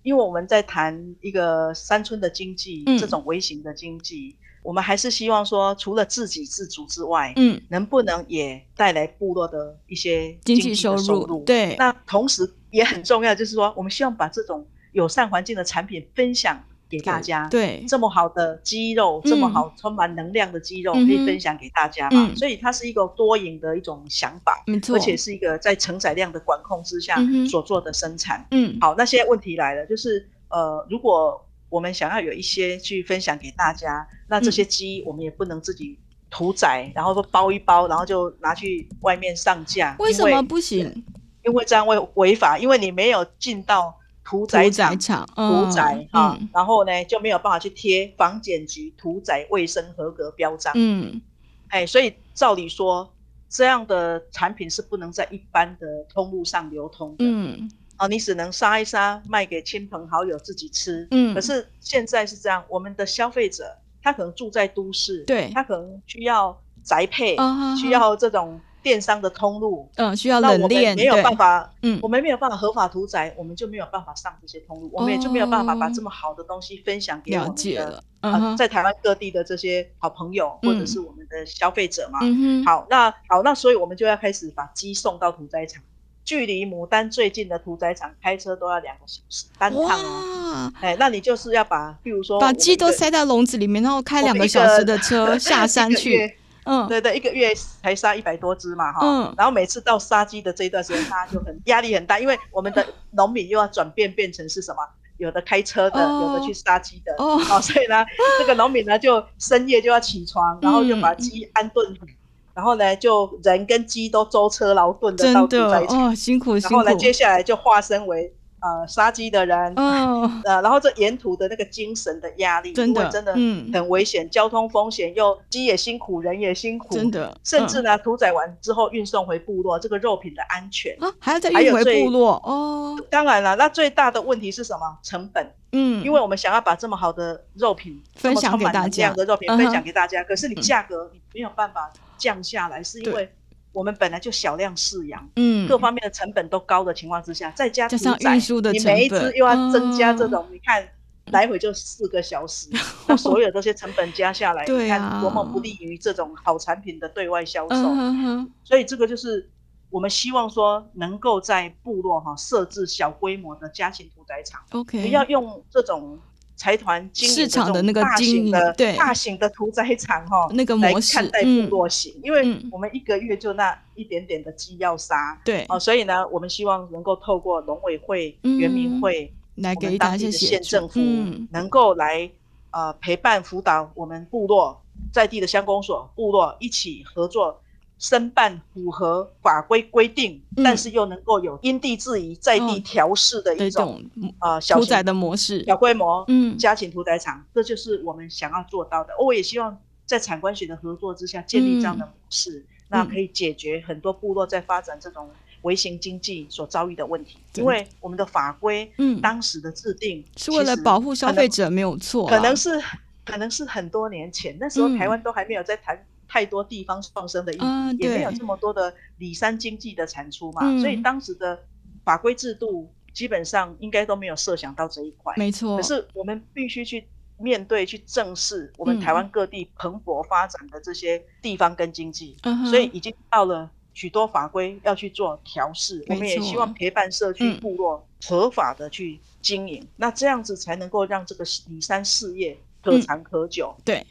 Speaker 3: 因为我们在谈一个山村的经济，
Speaker 2: 嗯
Speaker 3: 这种微型的经济，我们还是希望说，除了自给自足之外，
Speaker 2: 嗯，
Speaker 3: 能不能也带来部落的一些
Speaker 2: 经
Speaker 3: 济
Speaker 2: 济
Speaker 3: 的
Speaker 2: 收
Speaker 3: 收
Speaker 2: 入，对，
Speaker 3: 那同时也很重要，就是说，我们希望把这种友善环境的产品分享给大家。
Speaker 2: 对，
Speaker 3: 这么好的鸡肉，
Speaker 2: 嗯
Speaker 3: 这么好充满能量的鸡肉，
Speaker 2: 嗯哼
Speaker 3: 可以分享给大家嘛？
Speaker 2: 嗯
Speaker 3: 所以它是一个多赢的一种想法，
Speaker 2: 没错，
Speaker 3: 而且是一个在承载量的管控之下
Speaker 2: 嗯哼
Speaker 3: 所做的生产。
Speaker 2: 嗯，
Speaker 3: 好，那现在问题来了，就是呃，如果我们想要有一些去分享给大家，那这些
Speaker 2: 嗯
Speaker 3: 鸡我们也不能自己屠宰，然后说包一包，然后就拿去外面上架。
Speaker 2: 为什
Speaker 3: 因
Speaker 2: 么不行？
Speaker 3: 因为这样会违法，因为你没有进到屠宰
Speaker 2: 屠宰
Speaker 3: 场
Speaker 2: 场，
Speaker 3: 屠宰
Speaker 2: 嗯
Speaker 3: 啊，然后呢就没有办法去贴房检局屠宰卫生合格标章。
Speaker 2: 嗯，
Speaker 3: 哎，所以照理说，这样的产品是不能在一般的通路上流通的。
Speaker 2: 嗯
Speaker 3: 啊，你只能杀一杀，卖给亲朋好友自己吃。
Speaker 2: 嗯
Speaker 3: 可是现在是这样，我们的消费者他可能住在都市，
Speaker 2: 对
Speaker 3: 他可能需要宅配，
Speaker 2: 啊
Speaker 3: 需要这种电商的通路。
Speaker 2: 嗯，需要
Speaker 3: 那
Speaker 2: 冷
Speaker 3: 我们
Speaker 2: 链，
Speaker 3: 没有
Speaker 2: 对
Speaker 3: 办，法，
Speaker 2: 嗯
Speaker 3: 我们没有办法合法屠宰，我们就没有办法上这些通路，我们也就没有办法把这么好的东西分享给我
Speaker 2: 哦了
Speaker 3: 们
Speaker 2: 解
Speaker 3: 的
Speaker 2: 了，嗯
Speaker 3: 呃
Speaker 2: 哼，
Speaker 3: 在台湾各地的这些好朋友或者
Speaker 2: 嗯
Speaker 3: 是我们的消费者嘛。
Speaker 2: 嗯哼，
Speaker 3: 好，那好，那所以我们就要开始把鸡送到屠宰场，距离牡丹最近的屠宰场开车都要两个小时单趟哦。
Speaker 2: 哇，
Speaker 3: 哎，那你就是要把，比如说
Speaker 2: 把
Speaker 3: 我们
Speaker 2: 鸡
Speaker 3: 一
Speaker 2: 都
Speaker 3: 个
Speaker 2: 塞在笼子里面，然后开
Speaker 3: 我
Speaker 2: 两
Speaker 3: 们
Speaker 2: 个
Speaker 3: 一
Speaker 2: 小
Speaker 3: 个
Speaker 2: 时的车下山
Speaker 3: 一个
Speaker 2: 去，
Speaker 3: 月
Speaker 2: 嗯
Speaker 3: 对对，一个月才杀一百多只嘛哈，
Speaker 2: 嗯
Speaker 3: 然后每次到杀鸡的这一段时间，大家就很压力很大，因为我们的农民又要转变变成是什么？有的开车的，
Speaker 2: 哦
Speaker 3: 有的去杀鸡的，
Speaker 2: 哦
Speaker 3: 哦，所以呢，这个农民呢就深夜就要起床，然后就
Speaker 2: 嗯
Speaker 3: 把鸡安顿好，然后呢就人跟鸡都舟车劳顿的到
Speaker 2: 真
Speaker 3: 处
Speaker 2: 的
Speaker 3: 在一起，
Speaker 2: 哦，辛苦辛
Speaker 3: 然
Speaker 2: 苦
Speaker 3: 后。呢接下来就化身为呃杀鸡的人，
Speaker 2: 哦，
Speaker 3: 呃，然后这沿途的那个精神的压力，
Speaker 2: 真
Speaker 3: 因
Speaker 2: 的
Speaker 3: 为真的
Speaker 2: 嗯
Speaker 3: 很危险，交通风险又鸡也辛苦，人也辛苦，
Speaker 2: 真的，
Speaker 3: 甚至
Speaker 2: 嗯
Speaker 3: 呢，屠宰完之后运送回部落，这个肉品的安全。
Speaker 2: 啊还要再
Speaker 3: 还
Speaker 2: 运
Speaker 3: 有
Speaker 2: 回
Speaker 3: 最
Speaker 2: 部落哦。
Speaker 3: 当然了，那最大的问题是什么？成本，
Speaker 2: 嗯，
Speaker 3: 因为我们想要把这么好的肉品，
Speaker 2: 分享
Speaker 3: 这么充满
Speaker 2: 给大
Speaker 3: 能量
Speaker 2: 家
Speaker 3: 的肉品
Speaker 2: 嗯哼嗯
Speaker 3: 分享给大家，可是你价格你没有办法降下来，是因
Speaker 2: 对
Speaker 3: 为我们本来就小量饲养，
Speaker 2: 嗯
Speaker 3: 各方面的成本都高的情况之下，再加
Speaker 2: 加
Speaker 3: 屠宰
Speaker 2: 上运输的
Speaker 3: 你
Speaker 2: 成
Speaker 3: 每一只
Speaker 2: 本
Speaker 3: 又要增加这
Speaker 2: 嗯
Speaker 3: 种，你看来回就四个小时，那所有这些成本加下来，
Speaker 2: 对
Speaker 3: 你
Speaker 2: 啊
Speaker 3: 看多么不利于这种好产品的对外销售。
Speaker 2: 嗯哼哼，
Speaker 3: 所以这个就是我们希望说能够在部落哈、设置小规模的家禽屠宰场，
Speaker 2: OK，
Speaker 3: 不要用这种财团经营
Speaker 2: 市场的那个
Speaker 3: 这种大
Speaker 2: 经营
Speaker 3: 型的
Speaker 2: 对
Speaker 3: 大型的屠宰场哈、
Speaker 2: 那个
Speaker 3: 来
Speaker 2: 模式
Speaker 3: 看待部落型，因为
Speaker 2: 嗯
Speaker 3: 我们一个月就那一点点的鸡要杀。
Speaker 2: 对，
Speaker 3: 哦，所以呢，我们希望能够透过农委会、
Speaker 2: 嗯
Speaker 3: 原民会、
Speaker 2: 来
Speaker 3: 我
Speaker 2: 给
Speaker 3: 们
Speaker 2: 大家
Speaker 3: 当
Speaker 2: 一
Speaker 3: 地
Speaker 2: 些
Speaker 3: 的
Speaker 2: 协
Speaker 3: 县
Speaker 2: 助
Speaker 3: 政府
Speaker 2: 嗯，
Speaker 3: 能够来呃陪伴辅导我们部落在地的乡公所部落一起合作，申办符合法规规定，
Speaker 2: 嗯
Speaker 3: 但是又能够有因地制宜、在地
Speaker 2: 哦
Speaker 3: 调试的
Speaker 2: 对
Speaker 3: 一
Speaker 2: 这
Speaker 3: 种
Speaker 2: 种
Speaker 3: 呃小
Speaker 2: 屠
Speaker 3: 型
Speaker 2: 宰的模式，
Speaker 3: 小规模
Speaker 2: 嗯
Speaker 3: 家禽屠宰场，这就是我们想要做到的。我也希望在产官学的合作之下建立这样的
Speaker 2: 嗯
Speaker 3: 模式，那可以解决很多部落在发展这种微型经济所遭遇的问题。
Speaker 2: 真
Speaker 3: 因
Speaker 2: 的
Speaker 3: 为我们的法规，
Speaker 2: 嗯
Speaker 3: 当时的制定
Speaker 2: 是为了保护消费，者没有错啊
Speaker 3: 其
Speaker 2: 啦，
Speaker 3: 实可能可能是可能是很多年前，那时候
Speaker 2: 嗯
Speaker 3: 台湾都还没有在谈。太多地方创生的意义，
Speaker 2: 啊
Speaker 3: 也没有
Speaker 2: 对
Speaker 3: 这么多的里山经济的产出嘛，
Speaker 2: 嗯
Speaker 3: 所以当时的法规制度基本上应该都没有设想到这一块。
Speaker 2: 没错
Speaker 3: 可，是我们必须去面对、去正视我
Speaker 2: 嗯
Speaker 3: 们台湾各地蓬勃发展的这些地方跟经济，
Speaker 2: 嗯哼
Speaker 3: 所以已经到了许多法规要去做调试。
Speaker 2: 没
Speaker 3: 我们也
Speaker 2: 错
Speaker 3: 希望陪伴社区
Speaker 2: 嗯
Speaker 3: 部落合法的去经营，那这样子才能够让这个离山事业可
Speaker 2: 嗯
Speaker 3: 长可久。
Speaker 2: 对。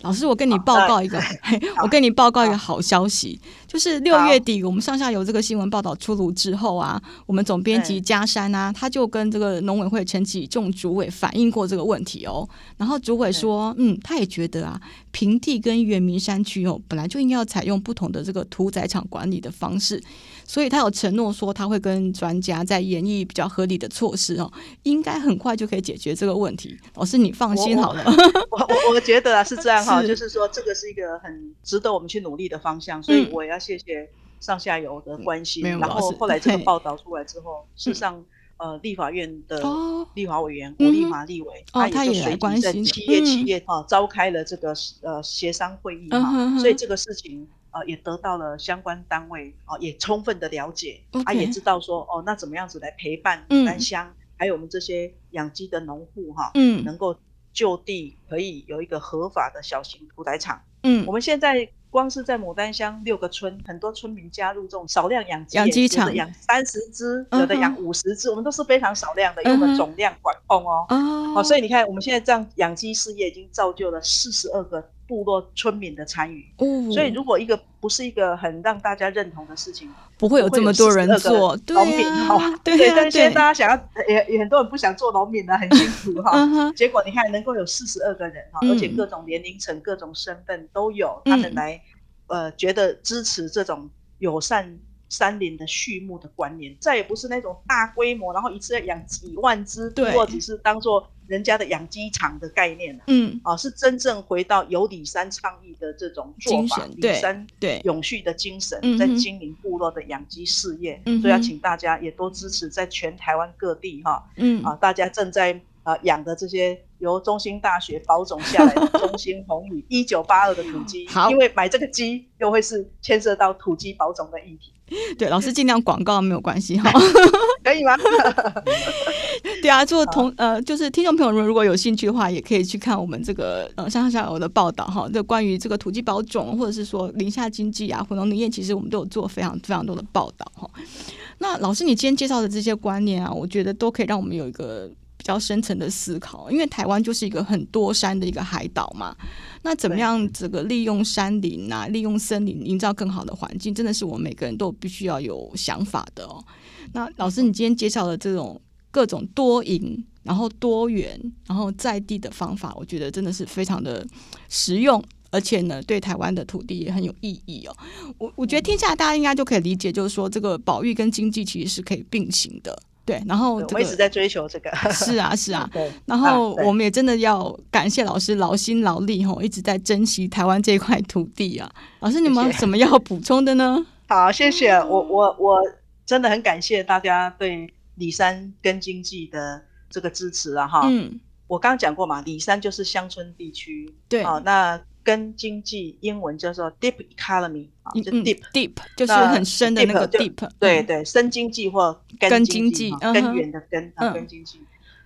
Speaker 2: 老师，我跟你
Speaker 3: 好
Speaker 2: 报
Speaker 3: 那
Speaker 2: 告一个， 嘿我跟你报告一个好消息，就是六
Speaker 3: 好
Speaker 2: 月底我们上下游这个新闻报道出炉之后啊，我们总编辑
Speaker 3: 对
Speaker 2: 嘉山啊，他就跟这个农委会陈启仲主委反映过这个问题哦。然后主委说，嗯，他也觉得啊，平地跟原民山区哦，本来就应该要采用不同的这个屠宰场管理的方式，所以他有承诺说他会跟专家在研议比较合理的措施哦，应该很快就可以解决这个问题。老师，你放心好了。
Speaker 3: 我我我觉得啊是这样哈、
Speaker 2: 嗯 是
Speaker 3: 就是说这个是一个很值得我们去努力的方向，所以
Speaker 2: 嗯
Speaker 3: 我也要谢谢上下游的关心。
Speaker 2: 没有
Speaker 3: 然后
Speaker 2: 老师
Speaker 3: 后来这个
Speaker 2: 嘿嗯
Speaker 3: 报道出来之后，事实上呃立法院的
Speaker 2: 哦
Speaker 3: 立法委员
Speaker 2: 嗯哼
Speaker 3: 吴立华立委，
Speaker 2: 哦他
Speaker 3: 他就
Speaker 2: 也来
Speaker 3: 随
Speaker 2: 关
Speaker 3: 即在
Speaker 2: 心
Speaker 3: 七月
Speaker 2: 嗯
Speaker 3: 七月啊召开了这个呃协商会议
Speaker 2: 嗯
Speaker 3: 哈、
Speaker 2: 哼哼
Speaker 3: 所以这个事情。呃，也得到了相关单位啊、也充分的了解
Speaker 2: OK
Speaker 3: 啊，也知道说哦，那怎么样子来陪伴
Speaker 2: 嗯
Speaker 3: 南乡，还有我们这些养鸡的农户哈、
Speaker 2: 嗯
Speaker 3: 能够就地可以有一个合法的小型屠宰场。
Speaker 2: 嗯
Speaker 3: 我，们现在光是在牡丹乡六个村，很多村民加入这种少量养鸡
Speaker 2: 养鸡
Speaker 3: 有的
Speaker 2: 场
Speaker 3: 养三十只，
Speaker 2: 嗯哼
Speaker 3: 有的养五十只，我们都是非常少量的，因为我
Speaker 2: 嗯哼
Speaker 3: 们总量管控哦。
Speaker 2: 哦
Speaker 3: 好，所以你看，我们现在这样养鸡事业已经造就了四十二个部落村民的参与。
Speaker 2: 哦，
Speaker 3: 所以，如果一个不是一个很让大家认同的事情，
Speaker 2: 不会有这么多人做，对
Speaker 3: 农民
Speaker 2: 啊
Speaker 3: 哈、
Speaker 2: 对啊
Speaker 3: 但是现在大
Speaker 2: 对
Speaker 3: 家想要也也很多人不想做农民啊了，很辛苦哈、
Speaker 2: 嗯 哼，
Speaker 3: 结果你看，能够有四十二个人哈、
Speaker 2: 嗯
Speaker 3: 而且各种年龄层、各种身份都有，
Speaker 2: 嗯
Speaker 3: 他们来、呃觉得支持这种友善山林的畜牧的观念，再也不是那种大规模，然后一次要养几万只，
Speaker 2: 对
Speaker 3: 或者是当做人家的养鸡场的概念了。
Speaker 2: 嗯，
Speaker 3: 啊，是真正回到有里山倡议的这种做
Speaker 2: 精
Speaker 3: 法，
Speaker 2: 神
Speaker 3: 里
Speaker 2: 对
Speaker 3: 山
Speaker 2: 对，
Speaker 3: 永续的精神
Speaker 2: 嗯哼，
Speaker 3: 在经营部落的养鸡事业，
Speaker 2: 嗯哼
Speaker 3: 所以要请大家也多支持，在全台湾各地哈、
Speaker 2: 嗯
Speaker 3: 啊，大家正在啊养的这些由中兴大学保种下来的中兴 红宇一九八二的土鸡，
Speaker 2: 好
Speaker 3: 因为买这个鸡又会是牵涉到土鸡保种的议题，
Speaker 2: 对，老师尽量广告没有关 系哈。
Speaker 3: 可以吗？
Speaker 2: 对啊，做同呃，就是听众朋友们如果有兴趣的话，也可以去看我们这个呃上下游的报道哈。这关于这个土地保种，或者是说林下经济啊、混农林业，其实我们都有做非常非常多的报道哈。那老师，你今天介绍的这些观念啊，我觉得都可以让我们有一个。比较深层的思考，因为台湾就是一个很多山的一个海岛嘛。那怎么样这个利用山林啊，利用森林，营造更好的环境，真的是我们每个人都必须要有想法的哦。那老师，你今天介绍的这种各种多赢，然后多元，然后在地的方法，我觉得真的是非常的实用，而且呢，对台湾的土地也很有意义哦。我我觉得听下来大家应该就可以理解，就是说这个保育跟经济其实是可以并行的。对，然哦 后、这个、
Speaker 3: 我一直在追求这个。
Speaker 2: 是啊，是啊。
Speaker 3: 对，
Speaker 2: 然后
Speaker 3: 啊对
Speaker 2: 我们也真的要感谢老师劳心劳力吼，一直在珍惜台湾这块土地啊。老师，你们有
Speaker 3: 谢谢
Speaker 2: 什么要补充的呢？
Speaker 3: 好，谢谢我我我真的很感谢大家对李山跟经济的这个支持 啊哈。
Speaker 2: 嗯，
Speaker 3: 我刚刚讲过嘛，李山就是乡村地区，
Speaker 2: 对，
Speaker 3: 哦，那跟经济英文叫做 deep economy 啊，
Speaker 2: 嗯
Speaker 3: 就
Speaker 2: 嗯
Speaker 3: deep，、
Speaker 2: deep 就是
Speaker 3: 那
Speaker 2: 很深的那个
Speaker 3: deep，
Speaker 2: deep，
Speaker 3: 对
Speaker 2: 嗯
Speaker 3: 对，深经济或
Speaker 2: 根
Speaker 3: 根
Speaker 2: 经济
Speaker 3: 哈
Speaker 2: 嗯哼
Speaker 3: 根源的根啊，
Speaker 2: 嗯
Speaker 3: 根经济。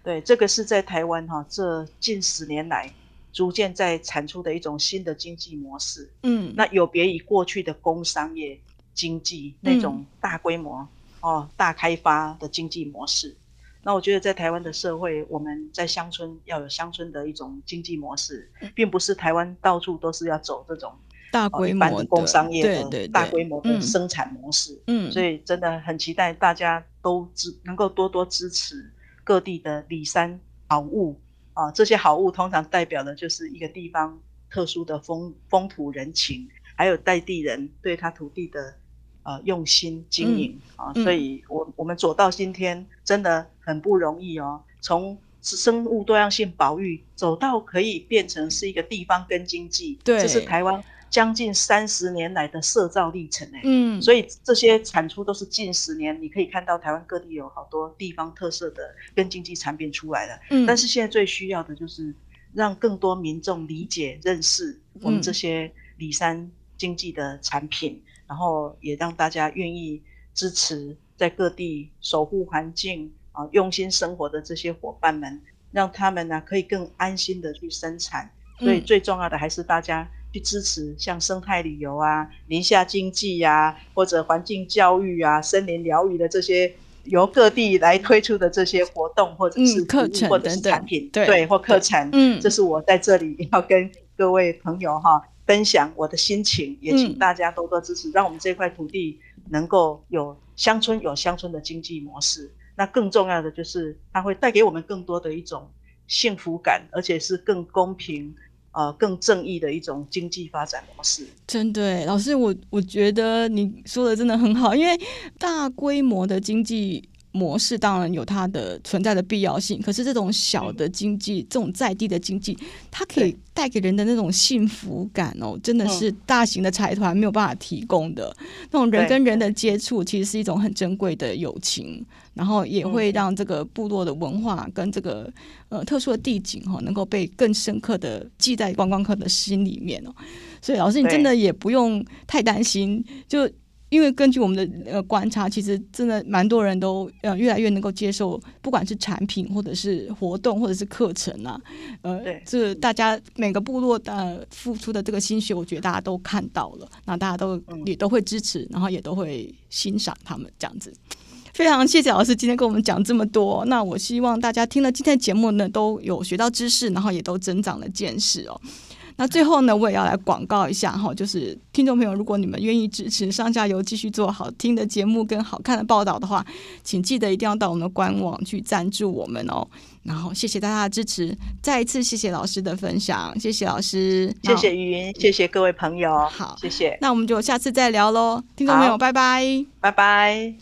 Speaker 3: 对，这个是在台湾哈、这近十年来逐渐在产出的一种新的经济模式。
Speaker 2: 嗯，
Speaker 3: 那有别于过去的工商业经济那种
Speaker 2: 嗯
Speaker 3: 大规模、哦大开发的经济模式。那我觉得在台湾的社会，我们在乡村要有乡村的一种经济模式，并不是台湾到处都是要走这种、
Speaker 2: 大嗯
Speaker 3: 哦、
Speaker 2: 规
Speaker 3: 一
Speaker 2: 模
Speaker 3: 般的
Speaker 2: 的
Speaker 3: 工商业
Speaker 2: 对
Speaker 3: 的
Speaker 2: 对
Speaker 3: 大
Speaker 2: 对
Speaker 3: 规模
Speaker 2: 嗯
Speaker 3: 的生产模式。
Speaker 2: 嗯，
Speaker 3: 所以真的很期待大家都支能够多多支持各地的里山好物啊，这些好物通常代表的就是一个地方特殊的风风土人情，还有在地人对他土地的呃用心经营、啊，
Speaker 2: 嗯
Speaker 3: 所以我我们走到今天真的很不容易哦，从。生物多样性保育走到可以变成是一个地方跟经济，
Speaker 2: 对
Speaker 3: 这是台湾将近三十年来的社造历程哎、
Speaker 2: 嗯，
Speaker 3: 所以这些产出都是近十年，你可以看到台湾各地有好多地方特色的跟经济产品出来了。
Speaker 2: 以
Speaker 3: 但是现在最需要的就是让更多民众理解、认识我们这些里山经济的产品，然后也让大家愿意支持在各地守护环境啊、用心生活的这些伙伴们，让他们呢可以更安心的去生产。所
Speaker 2: 嗯
Speaker 3: 以最重要的还是大家去支持像生态旅游啊、林下经济呀、或者环境教育啊、森林疗愈的这些由各地来推出的这些活动或者是
Speaker 2: 嗯课
Speaker 3: 服务
Speaker 2: 程
Speaker 3: 或者是
Speaker 2: 等等
Speaker 3: 产品，
Speaker 2: 对
Speaker 3: 或课程，
Speaker 2: 嗯
Speaker 3: 这是我在这里要跟各位朋友哈分享我的心情，也请
Speaker 2: 嗯
Speaker 3: 大家多多支持，让我们这块土地能够有乡村有乡村的经济模式。那更重要的就是，它会带给我们更多的一种幸福感，而且是更公平、呃更正义的一种经济发展模式。
Speaker 2: 真的耶，老师，我我觉得你说的真的很好，因为大规模的经济模式当然有它的存在的必要性，可是这种小的经济，这种在地的经济，它可以
Speaker 3: 对嗯
Speaker 2: 带给人的那种幸福感哦，真的是大型的财团没有办法提供的。那种人
Speaker 3: 对
Speaker 2: 跟人的接触，其实是一种很珍贵的友情，然后也会
Speaker 3: 嗯
Speaker 2: 让这个部落的文化跟这个呃特殊的地景哈、哦，能够被更深刻的记在观光客的心里面哦。所以老师，你
Speaker 3: 对
Speaker 2: 真的也不用太担心，就因为根据我们的呃观察，其实真的蛮多人都呃越来越能够接受，不管是产品或者是活动或者是课程啊，呃
Speaker 3: 对，
Speaker 2: 这大家每个部落的呃付出的这个心血，我觉得大家都看到了，那大家都
Speaker 3: 嗯
Speaker 2: 也都会支持，然后也都会欣赏他们这样子。非常谢谢老师今天跟我们讲这么多。那我希望大家听了今天的节目呢，都有学到知识，然后也都增长了见识哦。那最后呢，我也要来广告一下哈，就是听众朋友，如果你们愿意支持上下游继续做好听的节目跟好看的报道的话，请记得一定要到我们的官网去赞助我们哦。然后谢谢大家的支持，再一次谢谢老师的分享，谢谢老师，
Speaker 3: 谢谢云云，谢谢各位朋友，
Speaker 2: 好
Speaker 3: 谢谢，
Speaker 2: 那。那我们就下次再聊喽，听众朋友，
Speaker 3: 好
Speaker 2: 拜拜。
Speaker 3: 拜拜。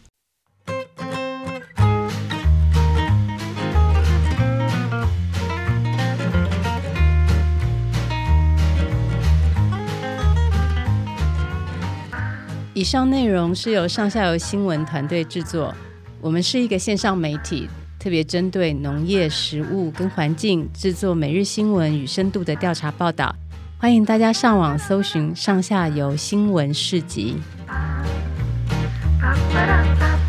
Speaker 1: 以上内容是由上下游新闻团队制作，我们是一个线上媒体，特别针对农业、食物跟环境制作每日新闻与深度的调查报道。欢迎大家上网搜寻上下游新闻市集。
Speaker 4: Ba-ba-da-ba-ba.